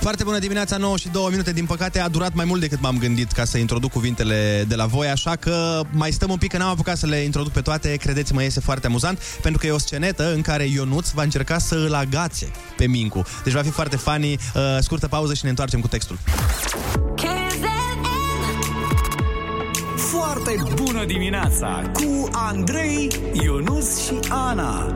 Foarte bună dimineața, 9 și 2 minute. Din păcate a durat mai mult decât m-am gândit ca să introduc cuvintele de la voi, așa că mai stăm un pic, că n-am apucat să le introduc pe toate. Credeți-mă, este foarte amuzant, pentru că e o scenetă în care Ionuț va încerca să îl agațe pe Mincu. Deci va fi foarte funny. Uh, Scurtă pauză și ne întoarcem cu textul. Foarte bună dimineața cu Andrei, Ionus și Ana.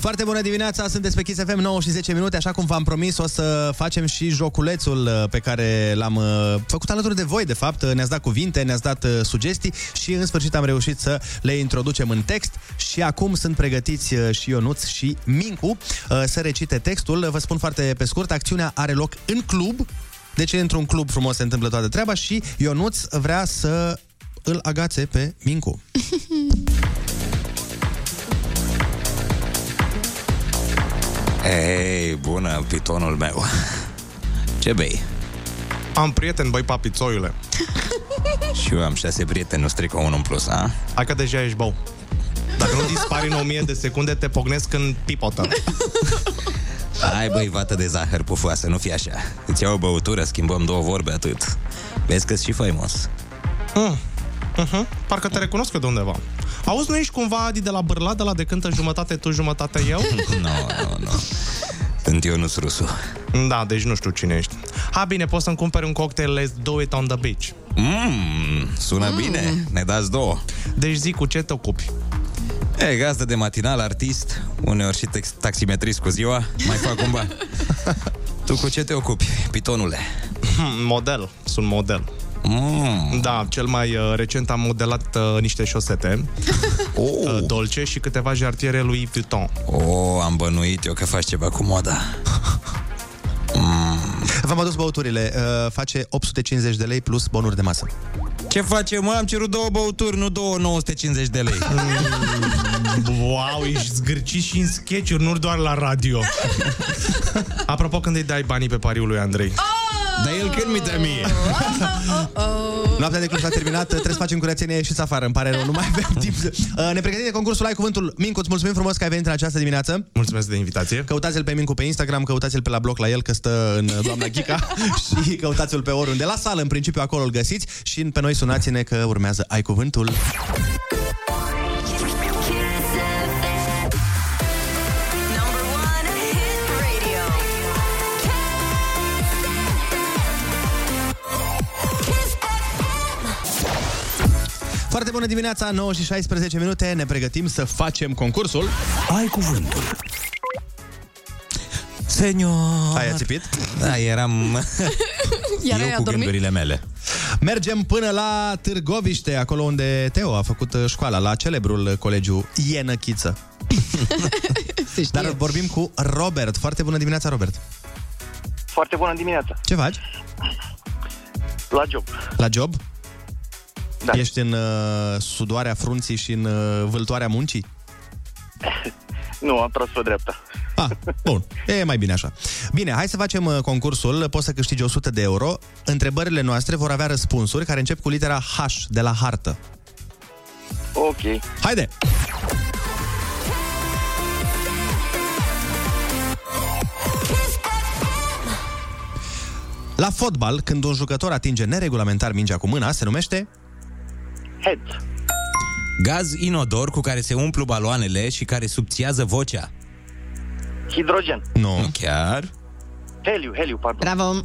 Foarte bună dimineața, sunteți pe Kiss FM 9 și 10 minute, așa cum v-am promis o să facem și joculețul uh, pe care l-am uh, făcut alături de voi, de fapt, Uh, ne-ați dat cuvinte, ne-ați dat uh, sugestii și în sfârșit am reușit să le introducem în text și acum sunt pregătiți uh, și Ionuț și Mincu uh, să recite textul. Vă spun foarte pe scurt, acțiunea are loc în club, deci într-un club frumos se întâmplă toată treaba și Ionuț vrea să îl agațe pe Mincu. Hei, bună, pitonul meu. Ce bei? Am prieten, băi, papițoiule. Și eu am șase prieteni, nu strică unul în plus, a? Hai că deja ești bău. Dacă nu dispari în 1000 de secunde, te pognesc în pipotă. Hai băi, vată de zahăr pufoasă, nu fi așa. Îți iau o băutură, schimbăm două vorbe, atât. Vezi că și faimos. Mm. Uh-huh. Parcă te recunosc eu de undeva. Auzi, nu ești cumva Adi de la Bârla, de la de cântă jumătate tu, jumătate eu? Nu, nu, nu. Sunt eu nu rusu. Da, deci nu știu cine ești. Ha, bine, poți să-mi cumperi un cocktail Let's Do It on the Beach. Mmm, sună mm. bine, ne dați două. Deci zi cu ce te ocupi? E, gazdă de matinal, artist, uneori și tex- taximetrist cu ziua, mai fac cumva. tu cu ce te ocupi, pitonule? Model, sunt model. Mm. Da, cel mai uh, recent am modelat uh, niște șosete oh. uh, dolce și câteva jartiere lui Vuitton. O, oh, am bănuit eu că faci ceva cu moda. V-am adus băuturile, uh, face 850 de lei plus bonuri de masă. Ce facem? Am cerut două băuturi, nu două 950 de lei. Wow, ești zgârcit și în sketch nu doar la radio. Apropo, când îi dai banii pe pariul lui Andrei? Ah! Dar el când mi dă е. mie? Noaptea de club s-a terminat, trebuie să facem curățenie și afară, îmi pare rău, nu mai avem timp. să- Uh, Ne pregătim de concursul Ai Cuvântul. Mincu, îți mulțumim frumos că ai venit în această dimineață. Mulțumesc de invitație. Căutați-l pe Mincu pe Instagram, căutați-l pe la blog la el, că stă în uh, doamna Ghica și căutați-l pe oriunde. La sală, în principiu, acolo îl găsiți și pe noi sunați-ne că urmează Ai Cuvântul. Foarte bună dimineața, 9 și 16 minute, ne pregătim să facem concursul. Ai cuvântul. Senior! Ai ațipit? Da, eram... Iar eu ai cu adormit? gândurile mele. Mergem până la Târgoviște, acolo unde Teo a făcut uh, școala, la celebrul uh, colegiu Ienăchiță. Dar vorbim cu Robert. Foarte bună dimineața, Robert. Foarte bună dimineața. Ce faci? La job. La job? Da. Ești în uh, sudoarea frunții și în uh, vâltoarea muncii? Nu, am tras pe dreapta. Ah, bun. E mai bine așa. Bine, hai să facem uh, concursul. Poți să câștigi 100 de euro. Întrebările noastre vor avea răspunsuri care încep cu litera H de la hartă. Ok. Haide! La fotbal, când un jucător atinge neregulamentar mingea cu mâna, se numește... Head. Gaz inodor cu care se umplu baloanele și care subțiază vocea. Hidrogen. Nu. No. Chiar? Heliu, heliu, pardon. Bravo.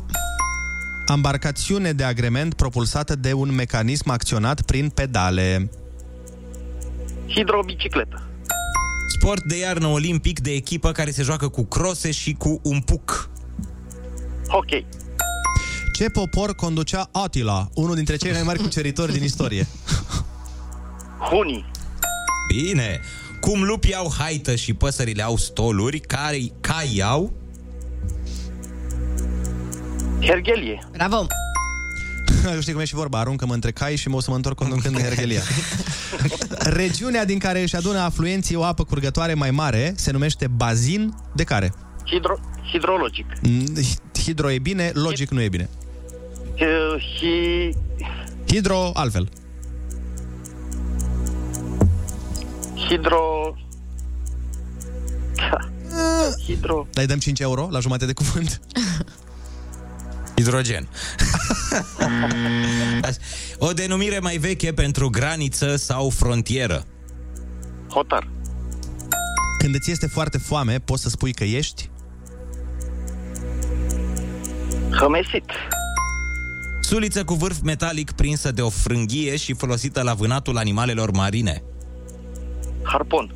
Ambarcațiune de agrement propulsată de un mecanism acționat prin pedale. Hidrobicicletă. Sport de iarnă olimpic de echipă care se joacă cu crose și cu un puc. Ok. Ce popor conducea Attila, unul dintre cei mai mari cuceritori din istorie? Hunii. Bine. Cum lupii au haită și păsările au stoluri, care cai au... Hergelie. Bravo. Știi cum e și vorba, aruncă-mă între cai și mă o să mă întorc conducând în Hergelia. Regiunea din care își adună afluenții o apă curgătoare mai mare se numește bazin de care? Hidro, hidrologic. Mm, Hidro e bine, logic nu e bine. Uh, hi, Hidro altfel. hidro... Hidro... Dar îi dăm 5 euro la jumate de cuvânt? Hidrogen. o denumire mai veche pentru graniță sau frontieră. Hotar. Când îți este foarte foame, poți să spui că ești Hămesit. Suliță cu vârf metalic prinsă de o frânghie și folosită la vânatul animalelor marine. Harpon.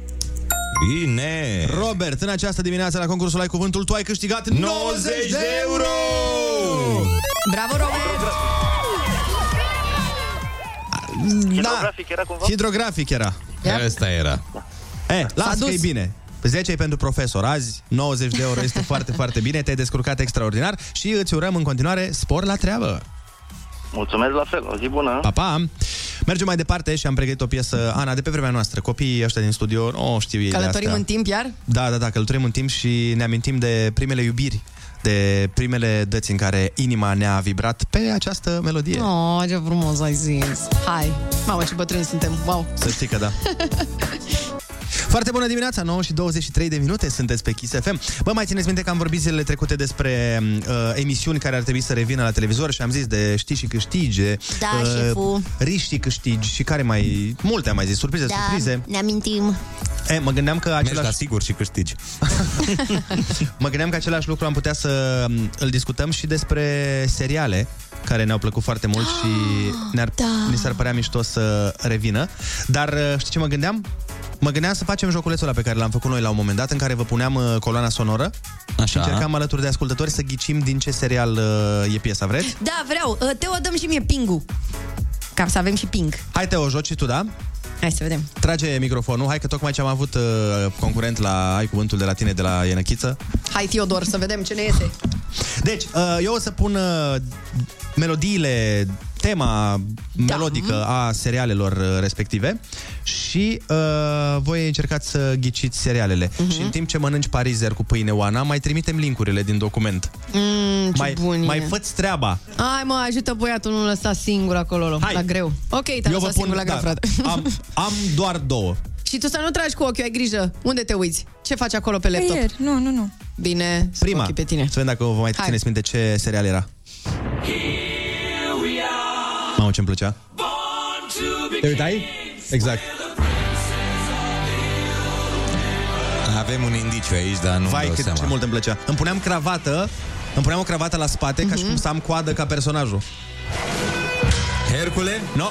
Bine! Robert, în această dimineață la concursul Ai Cuvântul, tu ai câștigat 90 de euro! Bravo, Robert! Hidrografic era cumva? Hidrografic era. Yep. Asta era. E, S-a lasă dus. că e bine. 10 e pentru profesor azi, 90 de euro este foarte, foarte bine, te-ai descurcat extraordinar și îți urăm în continuare spor la treabă. Mulțumesc la fel, o zi bună. Pa, pa! Mergem mai departe și am pregătit o piesă, Ana, de pe vremea noastră. Copiii ăștia din studio, o oh, știu ei de Călătorim astea. în timp iar? Da, da, da, călătorim în timp și ne amintim de primele iubiri, de primele dăți în care inima ne-a vibrat pe această melodie. No. Oh, ce frumos ai zis. Hai. Mamă, ce bătrâni suntem. Wow. Să știi că da. Foarte bună dimineața, 9 și 23 de minute sunteți pe Kiss FM. Bă, mai țineți minte că am vorbit zilele trecute despre uh, emisiuni care ar trebui să revină la televizor și am zis de știi și câștige, Da, și fu. riști și câștigi și care mai... Multe am mai zis, surprize, da, surprize. ne amintim. E, mă gândeam că același... Mergi la sigur și câștigi. mă gândeam că același lucru am putea să m, îl discutăm și despre seriale care ne-au plăcut foarte mult și ne-ar, da. ni s-ar părea mișto să revină. Dar uh, știi ce mă gândeam? Mă gândeam să facem joculețul ăla pe care l-am făcut noi la un moment dat, în care vă puneam uh, coloana sonoră Așa. și încercam alături de ascultători să ghicim din ce serial uh, e piesa, vreți? Da, vreau. Uh, Teo, dăm și mie pingu. Ca să avem și ping. Hai te o joci și tu, da? Hai să vedem. Trage microfonul, hai că tocmai ce am avut uh, concurent la Ai Cuvântul de la tine, de la Ienăchiță. Hai, Teodor, să vedem ce ne iese. Deci, uh, eu o să pun uh, melodiile, tema Da. melodică a serialelor uh, respective și uh, voi încercați să ghiciți serialele. Mhm. Și în timp ce mănânci parizer cu pâine, Oana, mai trimitem linkurile din document. Mm, ce mai, bun mai e. fă-ți treaba. Hai mă, ajută băiatul, nu-l lăsa singur acolo, Hai. la greu. Ok, te-am Eu vă lăsat singur pun, la greu, da, frate. am, am doar două. Și tu să nu tragi cu ochiul, ai grijă. Unde te uiți? Ce faci acolo pe laptop? Ieri. Nu, nu, nu. Bine. Prima, pe tine. să vedem dacă vă mai Hai. țineți minte ce serial era. Mamă, ce-mi plăcea. Te uitai? Exact. Avem un indiciu aici, dar nu Vai, dau cât seama. ce mult îmi plăcea. Îmi puneam cravată, îmi puneam o cravată la spate, Mhm. ca și cum să am coadă ca personajul. Hercule? No.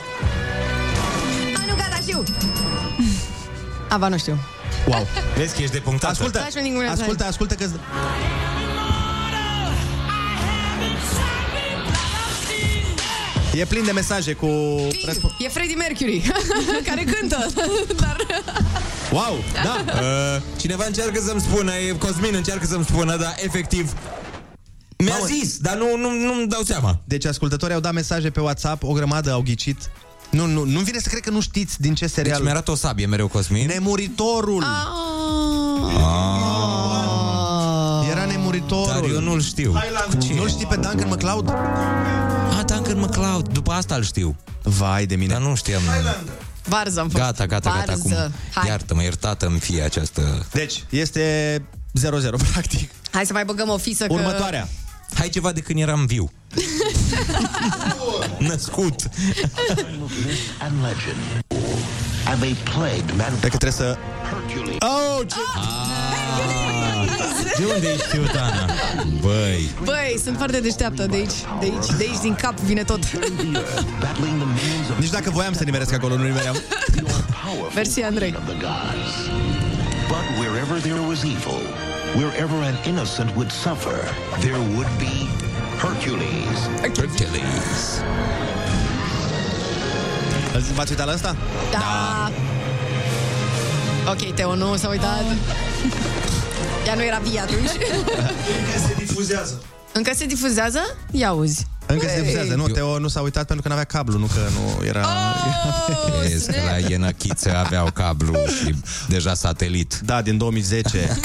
A, nu, gata, știu. Aba, nu știu. Wow. Vezi că ești depunctat. Ascultă, Lași-mă din gură, ascultă, ascultă că E plin de mesaje cu... răsp- E Freddie Mercury, care cântă. Dar... Wow, da. da, Uh, cineva încearcă să-mi spună, e Cosmin încearcă să-mi spună, dar efectiv Mi-a zis, dar nu, nu, nu-mi dau seama. Deci ascultătorii au dat mesaje pe WhatsApp, o grămadă au ghicit. Nu, nu, nu vine să cred că nu știți din ce serial. Deci mi arată o sabie mereu, Cosmin. Nemuritorul. Ah, Ah. Era nemuritorul. Dar eu nu-l știu. Nu-l știi pe Duncan MacLeod? A, Duncan MacLeod, după asta îl știu. Vai de mine. Dar nu știam. Varză am făcut. Gata, gata, gata, Varză. acum. Hai. Iartă-mă, iertată-mi fie această... Deci, este 0-0, practic. Hai să mai băgăm o fisă Următoarea. Hai ceva de când eram viu. Născut. And legend. And they played man. Cred că trebuie să... Oh, ce... De unde ești știut, Ana? Băi. că... Băi, sunt foarte deșteaptă de aici, de aici, de aici din cap vine tot. Nici dacă voiam să nimeresc acolo, nu nimeream. Mersi, of Andrei. the gods. But wherever there was evil, wherever an innocent would suffer, there would be Hercules. Hercules. V-ați uitat la asta? Da. Ok, Teo nu s-a uitat. Ea nu era vie atunci. Se difuzează. Încă se difuzează? Ia uzi. Încă se difuzează, nu? Teo nu s-a uitat pentru că n-avea cablu, nu că nu era... Vezi că la Ienachiță aveau cablu și deja satelit. Da, din 2010.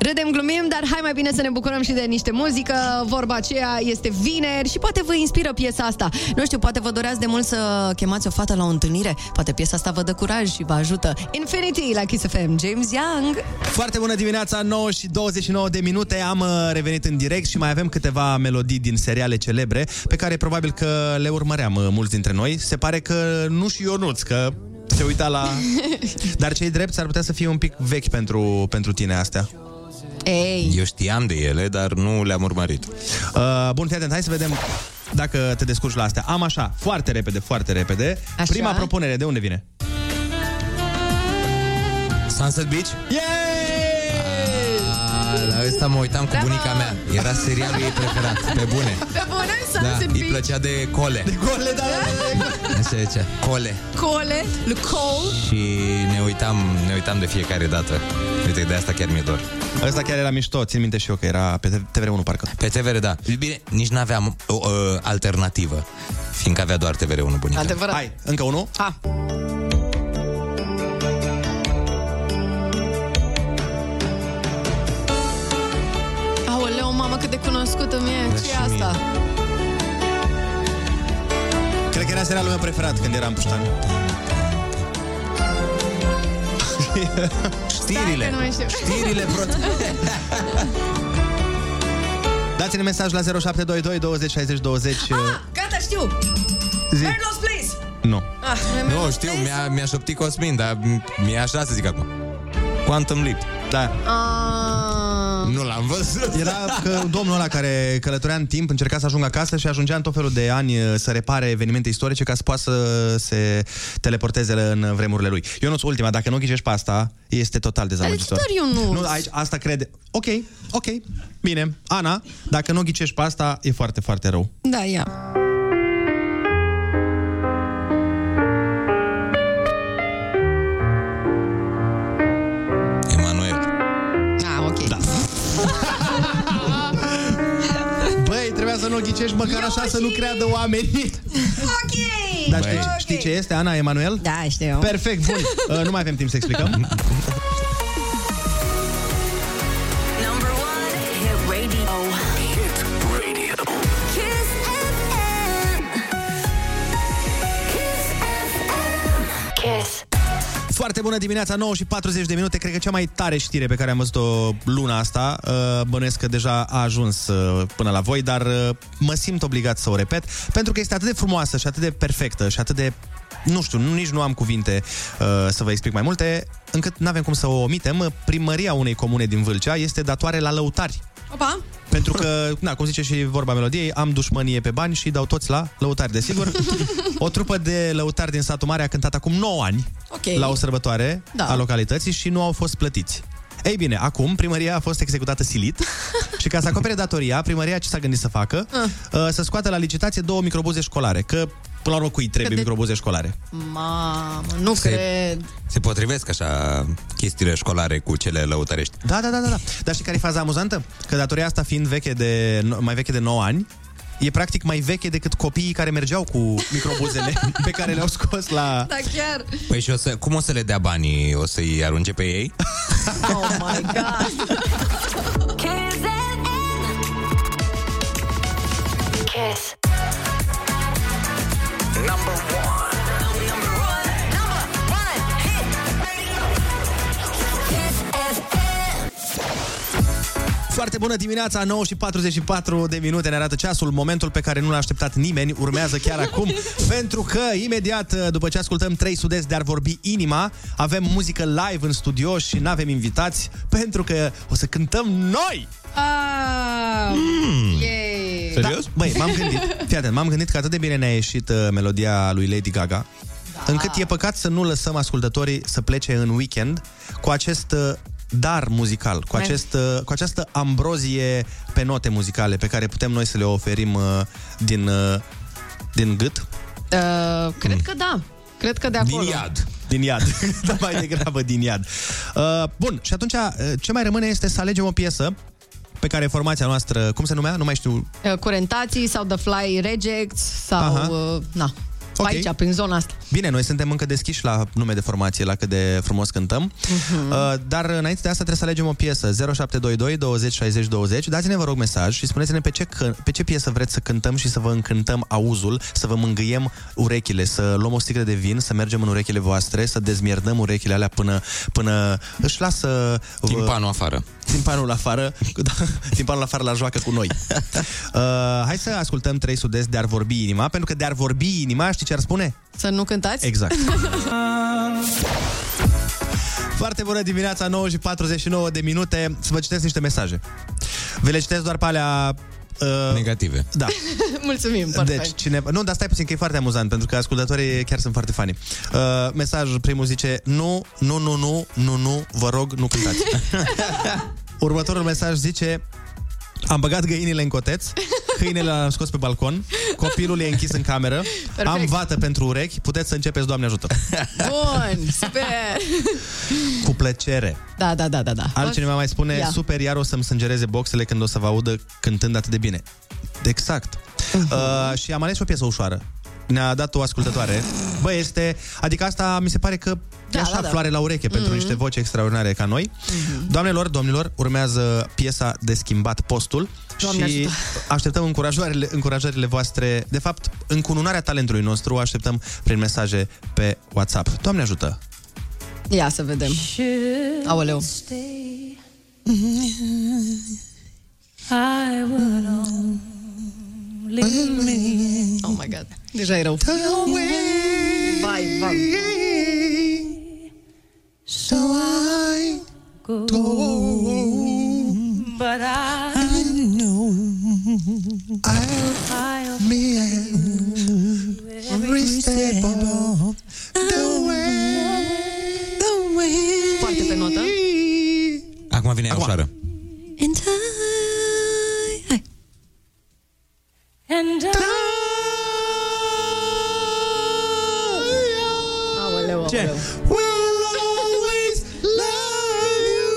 Râdem, glumim, dar hai mai bine să ne bucurăm și de niște muzică. Vorba aceea este vineri și poate vă inspiră piesa asta. Nu știu, poate vă doreați de mult să chemați o fată la o întâlnire. Poate piesa asta vă dă curaj și vă ajută. Infinity la Kiss FM, James Young. Foarte bună dimineața, 9 și 29 de minute, am uh, revenit în direct și mai avem câteva melodii din seriale celebre pe care probabil că le urmăream uh, mulți dintre noi. Se pare că nu și Ionuț, că se uita la... Dar cei drept s-ar putea să fie un pic vechi pentru, pentru tine astea. Ei. Eu știam de ele, dar nu le-am urmărit. Uh, bun, fii atent, hai să vedem dacă te descurci la astea. Am așa, foarte repede, foarte repede. Așa. Prima propunere, de unde vine? Sunset Beach? Yeah! Ah, La ăsta mă uitam cu bunica mea. Era serialul ei preferat, pe bune. Pe bune să Da, se îi plăcea de cole. Gole, da, Așa zicea, cole. Cole, Cole. Și ne uitam, ne uitam de fiecare dată. Uite, de asta chiar mi-e dor. Ăsta chiar era mișto, țin minte și eu că era pe TVR1 parcă. Pe TVR, da. Bine, nici n-aveam o, o, alternativă, fiindcă avea doar TVR1 bunica. Adevărat. Hai, încă unul? Ha. Aoleu, mamă, cât de cunoscută mie. ce e asta? Cred că era serialul meu preferat când eram puștan. Știrile. Știrile prost. Dați-ne mesaj la 0722 20 60 20 ah! Gata, știu. Zi. Very lost place. Nu. Ah, nu e Very Nu, Lost știu, Place? mi-a, mi-a șoptit Cosmin, dar mi-e așa să zic acum. Quantum Leap. Da. Ah. Nu l-am văzut. Era că domnul ăla care călătorea în timp încerca să ajungă acasă și ajungea în tot felul de ani uh, să repare evenimente istorice ca să poată să se teleporteze în vremurile lui. Eu nu ultima, dacă nu ghicești pe asta, este total dezamăgitor. Dar eu nu. Nu, aici, asta crede. Ok, ok, bine. Ana, dacă nu ghicești pe asta, e foarte, foarte rău. Da, ia. Emanuel. Ah, ok. Da. Băi, trebuia să nu ghicești măcar așa să nu creadă oamenii. ok! Dar știi, știi ce este, Ana Emanuel? Da, știu. Perfect, bun. Uh, nu mai avem timp să explicăm. Foarte bună dimineața, 9 și 40 de minute. Cred că cea mai tare știre pe care am văzut-o luna asta, uh, bănuiesc că deja a ajuns uh, până la voi, dar uh, mă simt obligat să o repet, pentru că este atât de frumoasă și atât de perfectă și atât de nu știu, nu- nici nu am cuvinte uh, să vă explic mai multe, încât nu avem cum să o omitem. Primăria unei comune din Vâlcea este datoare la lăutari. Opa! Pentru că, na, cum zice și vorba melodiei, am dușmănie pe bani și dau toți la lăutari, desigur. O trupă de lăutari din satul mare a cântat acum 9 ani Ok. la o sărbătoare Da. a localității și nu au fost plătiți. Ei bine, acum primăria a fost executată silit și Ah. ca să acopere datoria, primăria ce s-a gândit să facă? Uh, Să scoată la licitație două microbuze școlare, că Până la urmă, cui trebuie microbuze școlare? Mamă, nu Se... cred. Se potrivesc așa chestiile școlare cu cele lăutărești. Da, da, da, da, da. Dar știi care e faza amuzantă? Că datoria asta fiind veche de, no- mai veche de 9 ani, e practic mai veche decât copiii care mergeau cu microbuzele pe care le-au scos la... Da, chiar. Păi și o să, cum o să le dea banii? O să-i arunce pe ei? Oh my god. Kiss. Number one. Number one. Number one hit. Kiss FM. Foarte bună dimineața, 9 și 44 de minute ne arată ceasul, momentul pe care nu l-a așteptat nimeni, urmează chiar acum, pentru că imediat uh, după ce ascultăm 3 studenți de-ar vorbi inima, avem muzică live în studio și n-avem invitați, pentru că o să cântăm noi! Ah, Mm. Yay. Da, băi, m-am gândit, fii atent, m-am gândit că atât de bine ne-a ieșit uh, melodia lui Lady Gaga, da. încât e păcat să nu lăsăm ascultătorii să plece în weekend cu acest uh, dar muzical, cu, Ne. acest, uh, cu această ambrozie pe note muzicale pe care putem noi să le oferim uh, din, uh, din gât. Uh, Mm. cred că da. Cred că de acolo. Din iad, dar mai degrabă din iad. Uh, bun, și atunci uh, ce mai rămâne este să alegem o piesă pe care formația noastră, cum se numea? Nu mai știu, Uh, Curentații sau The Fly Rejects Aha. sau... Uh, na. Ok. Okay. Aici, prin zona asta. Bine, noi suntem încă deschiși la nume de formație, la cât de frumos cântăm. Uh, Dar înainte de asta trebuie să alegem o piesă. 0722 20 60 20. Dați-ne, vă rog, mesaj și spuneți-ne pe ce, că- pe ce piesă vreți să cântăm și să vă încântăm auzul, să vă mângâiem urechile, să luăm o sticlă de vin, să mergem în urechile voastre, să dezmierdăm urechile alea până, până își lasă... Timpanul afară. Timpanul afară, da, timpanul afară la joacă cu noi. Uh, hai să ascultăm trei sudezi de-ar vorbi inima, pentru că de-ar vorbi inima, știi ce ar spune? Să nu cântați? Exact. Foarte bună dimineața, 9 și 49 de minute. Să vă citesc niște mesaje. Vi le citesc doar pe alea... Uh, Negative. Da. Mulțumim, perfect. Deci, cine... Nu, dar stai puțin, că e foarte amuzant, pentru că ascultătorii chiar sunt foarte fani. Uh, mesajul primul zice, nu, nu, nu, nu, nu, nu, vă rog, nu cântați. Următorul mesaj zice, am băgat găinile în coteț, câinele l-am scos pe balcon, copilul e închis în cameră, Perfect. am vată pentru urechi, puteți să începeți, Doamne ajută. Bun, super. Cu plăcere. Da, da, da, da, da. Altcineva mai spune, Ia. super, iar o să-mi sângereze boxele când o să vă audă cântând atât de bine. Exact. Uh, și am ales și o piesă ușoară. Ne-a dat o ascultătoare. Bă, este... Adică asta mi se pare că da, Da, e așa da, da. floare la ureche pentru Mhm. niște voci extraordinare ca noi. Doamnelor, domnilor, urmează piesa de schimbat postul Doamne și ajută. așteptăm încurajările, încurajările voastre. De fapt, încununarea talentului nostru o așteptăm prin mesaje pe WhatsApp. Doamne ajută! Ia să vedem. Aoleu. I will only Oh my god. Deja e rău. Vai, vai. So I go, but I, know I'll, be every step of the way. The way. Foarte pe notă. Acum vine Acum. ușoară. And I, and I, Aoleu, Ce? aoleu. will always love you.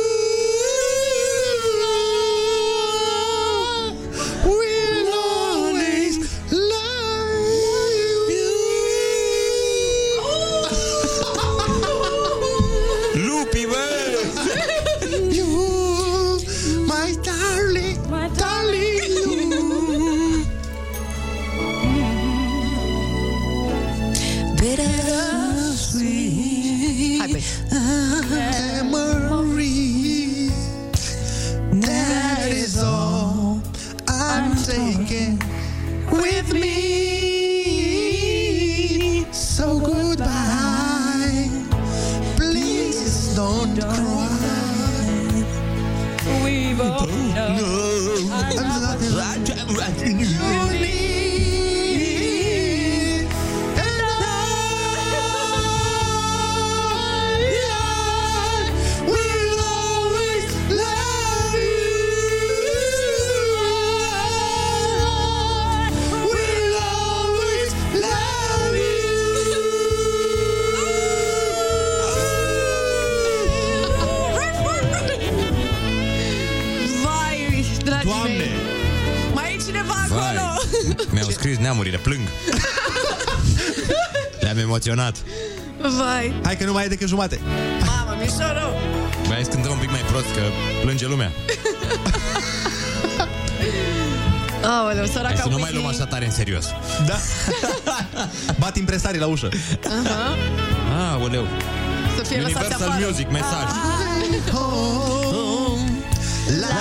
Will always love you. Lupi, bă! You, my darling, my darling, you. Bittersweet memory. That is all I'm taking with me. So goodbye. Please don't cry. We both know. I'm nothing you need. And I will always love you. I will always love scris neamurile, plâng. Le-am emoționat. Vai. Hai că nu mai e decât jumate. Mamă, mișorul! Mai ai să cântăm un pic mai prost, că plânge lumea. Aoleu, Hai săraca să nu mai luăm așa tare în serios. Da. Bat impresarii la ușă. Aha. Ah, oleu. Să fie lăsați Universal afară. Ah. Music, mesaj. Life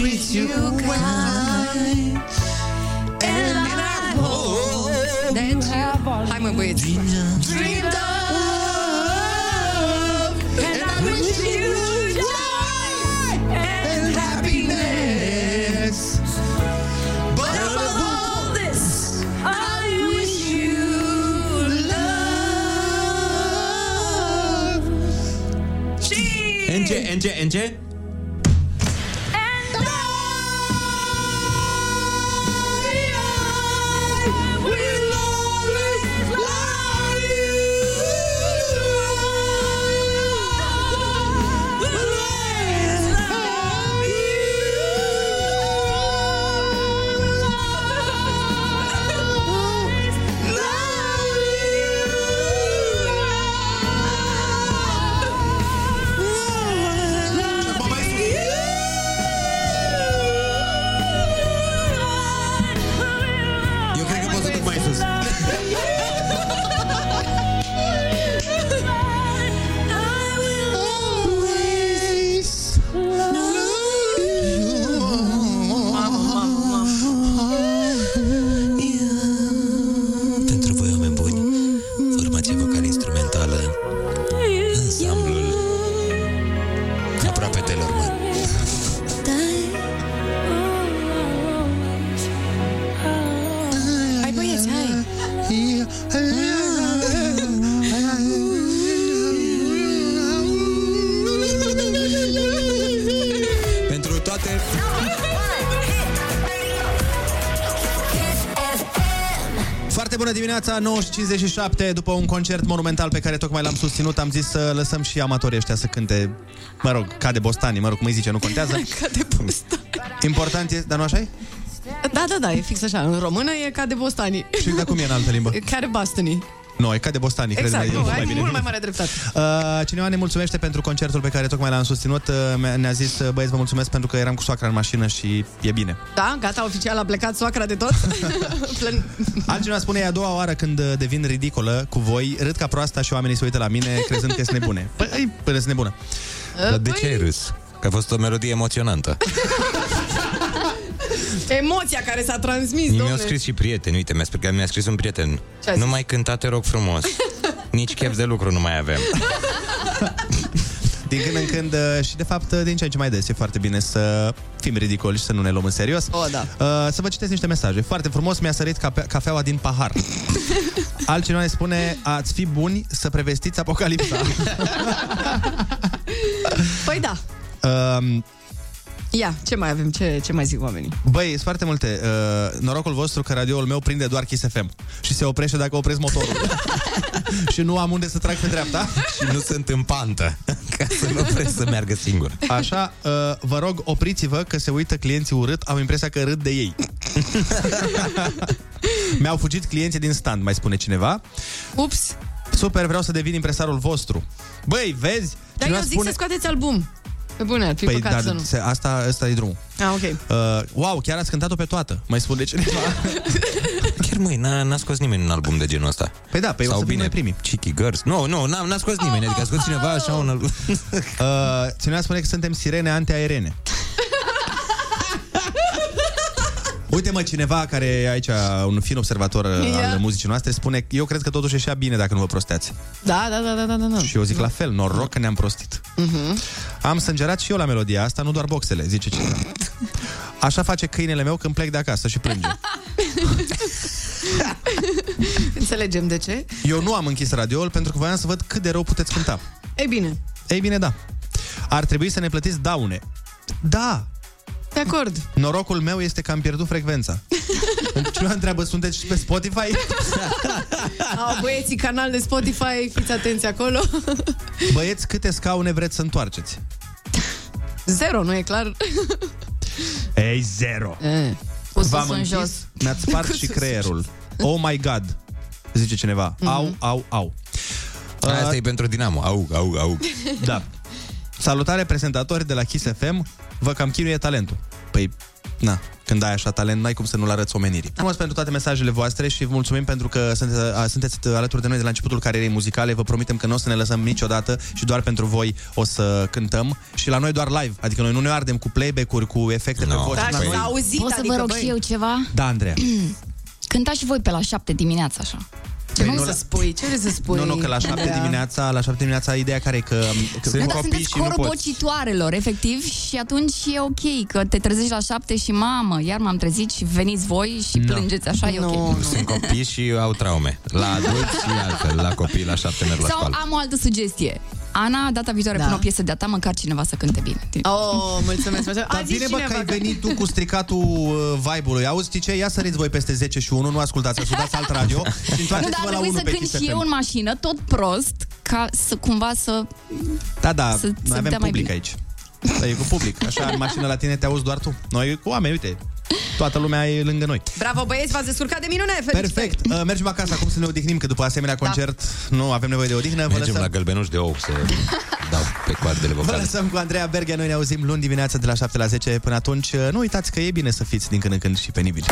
treats you kind. And I hope Deci, hai mă băieți dream love. And I wish you joy and happiness. But above all this, I wish you love. NG, NG, NG. We'll always love you. We'll always love you. Love Eu cred că pot să duc mai sus. Pentru voi, oameni buni, formația vocal-instrumentală, ansamblul aproape de lor Hai băieți, hai! Pentru toate... Foarte bună dimineața, 9.57, după un concert monumental pe care tocmai l-am susținut, am zis să lăsăm și amatorii ăștia să cânte, mă rog, ca de bostanii, mă rog, cum îi zice, nu contează. ca de bostani. Important e, dar nu așa e? Da, da, da, e fix așa În română e ca de bostanii Și dar cum e în altă limbă? Care bastănii Nu, e ca de bostanii, Exact, crede nu, ai mult mai mare dreptate Uh, cineva ne mulțumește pentru concertul pe care tocmai l-am susținut. Uh, mi- ne-a zis, uh, băieți, vă mulțumesc pentru că eram cu soacra în mașină și e bine. Da, gata, oficial a plecat soacra de tot Plân... Altcineva spune, e a doua oară când uh, devin ridicolă cu voi, râd ca proasta și oamenii se uită la mine crezând că sunt nebune. Păi, păi sunt nebună. Ă, Dar păi- de ce ai râs? Că a fost o melodie emoționantă. Emoția care s-a transmis, Mi-au domnule scris și prieteni, uite, mi-a scris, mi-a scris un prieten. Păi, Ce a zis? Nu mai cânta, te rog frumos. Nici chef de lucru nu mai avem. Din când în când uh, și, de fapt, uh, din ce în ce mai des e foarte bine să fim ridicoli și să nu ne luăm în serios. Oh, O, da. Uh, Să vă citesc niște mesaje. Foarte frumos, mi-a sărit cafe- cafeaua din pahar. Altcineva ne spune, ați fi buni să prevestiți apocalipsa. Păi da, Um, ia, ce mai avem, ce, ce mai zic oamenii Băi, sunt foarte multe. Uh, norocul vostru că radioul meu prinde doar Kiss FM și se oprește dacă opresc motorul. și nu am unde să trag pe dreapta. și nu sunt în pantă, ca să nu vreți să meargă singur. Așa, uh, vă rog, opriți-vă că se uită clienții urât, am impresia că râd de ei. Mi-au fugit clienții din stand, mai spune cineva. Ups, Super, vreau să devin impresarul vostru. Băi, vezi? dar eu Cineva zic să scoateți album Pe bune, ar fi Păi, păcat dar să nu se, asta, asta e drumul. Ah, ok Uh, wow, chiar ați cântat-o pe toată, mai spune cineva. Chiar măi, n-a, n-a scos nimeni un album de genul ăsta. Păi da, păi o să fim noi primii. Chicky Girls. Nu, nu, n-a, n-a scos nimeni, adică a scos cineva așa un album. Uh, cineva spune că suntem sirene antiaerene. Uite mă, cineva care e aici un fin observator Ia. yeah. al muzicii noastre spune Eu cred că totuși ieșea bine dacă nu vă prosteați Da, da, da, da, da, da, da. Și eu zic la fel, noroc că ne-am prostit uh-huh. Am sângerat și eu la melodia asta, nu doar boxele, zice cineva Așa face câinele meu când plec de acasă și plânge Înțelegem de ce Eu nu am închis radioul pentru că voiam să văd cât de rău puteți cânta Ei bine, Ei bine, da Ar trebui să ne plătiți daune Da, de acord Norocul meu este că am pierdut frecvența. Cineva întreabă, sunteți și pe Spotify? Au băieții canal de Spotify, fiți atenți acolo. Băieți, câte scaune vreți să întoarceți? Zero, nu e clar? Ei, zero. E. Cu V-am sus în închis, jos. mi-ați spart și creierul. Oh my god, zice cineva. Mhm. Mm-hmm. Au, au, au. Asta e pentru Dinamo. Au, au, au. Da. Salutare prezentatori de la Kiss FM, vă cam chinuie talentul. Păi, na, când ai așa talent, n-ai cum să nu-l arăți omenirii. Mulțumesc pentru toate mesajele voastre și vă mulțumim pentru că sunteți, a, sunteți alături de noi de la începutul carierei muzicale. Vă promitem că nu o să ne lăsăm niciodată și doar pentru voi o să cântăm. Și la noi doar live, adică noi nu ne ardem cu playback-uri, cu efecte no, pe voce. la Da, și noi... s-a auzit, Pot să adică, vă rog băi. și eu ceva? Da, Andreea. Cântați și voi pe la 7 dimineața, așa. Ce vrei să spui? Ce vrei să spui? Da. Păi Nu, nu, că la 7 dimineața, la 7 dimineața ideea care e că, că Nu, dar da, sunteți corul bocitoarelor, efectiv, și atunci e ok că te trezești la 7 și mamă, iar m-am trezit și veniți voi și Da. Nu. plângeți, așa e ok. Sunt copii și au traume. La adulți și altfel. La copii, la șapte merg la Sau școală. am o altă sugestie. Ana, data viitoare da. pun o piesă de-a ta, măcar cineva să cânte bine. Oh, mulțumesc, mulțumesc. Dar bine, bă, că ai venit tu cu stricatul uh, vibe-ului. Auzi, știi ce? Ia săriți voi peste 10 și 1, nu ascultați, ascultați alt radio și nu, dar Da, întoarceți-vă ar la trebui 1 să pe cânt Kiss și eu FM. în mașină, tot prost, ca să cumva să... Da, da, să- să noi avem dea mai public bine. aici. Da, e cu public. Așa, în mașină la tine te auzi doar tu. Noi cu oameni, uite, toată lumea e lângă noi. Bravo, băieți, v-ați descurcat de minune. Felicitări. Perfect. Uh, mergem acasă acum să ne odihnim, că după asemenea Da. concert nu avem nevoie de odihnă. Vă Mergem lăsăm, la gălbenuș de ou să dau pe coardele vă vocale. lăsăm cu Andreea Berghea. Noi ne auzim luni dimineața de la 7 la 10. Până atunci, uh, nu uitați că e bine să fiți din când în când și penibili.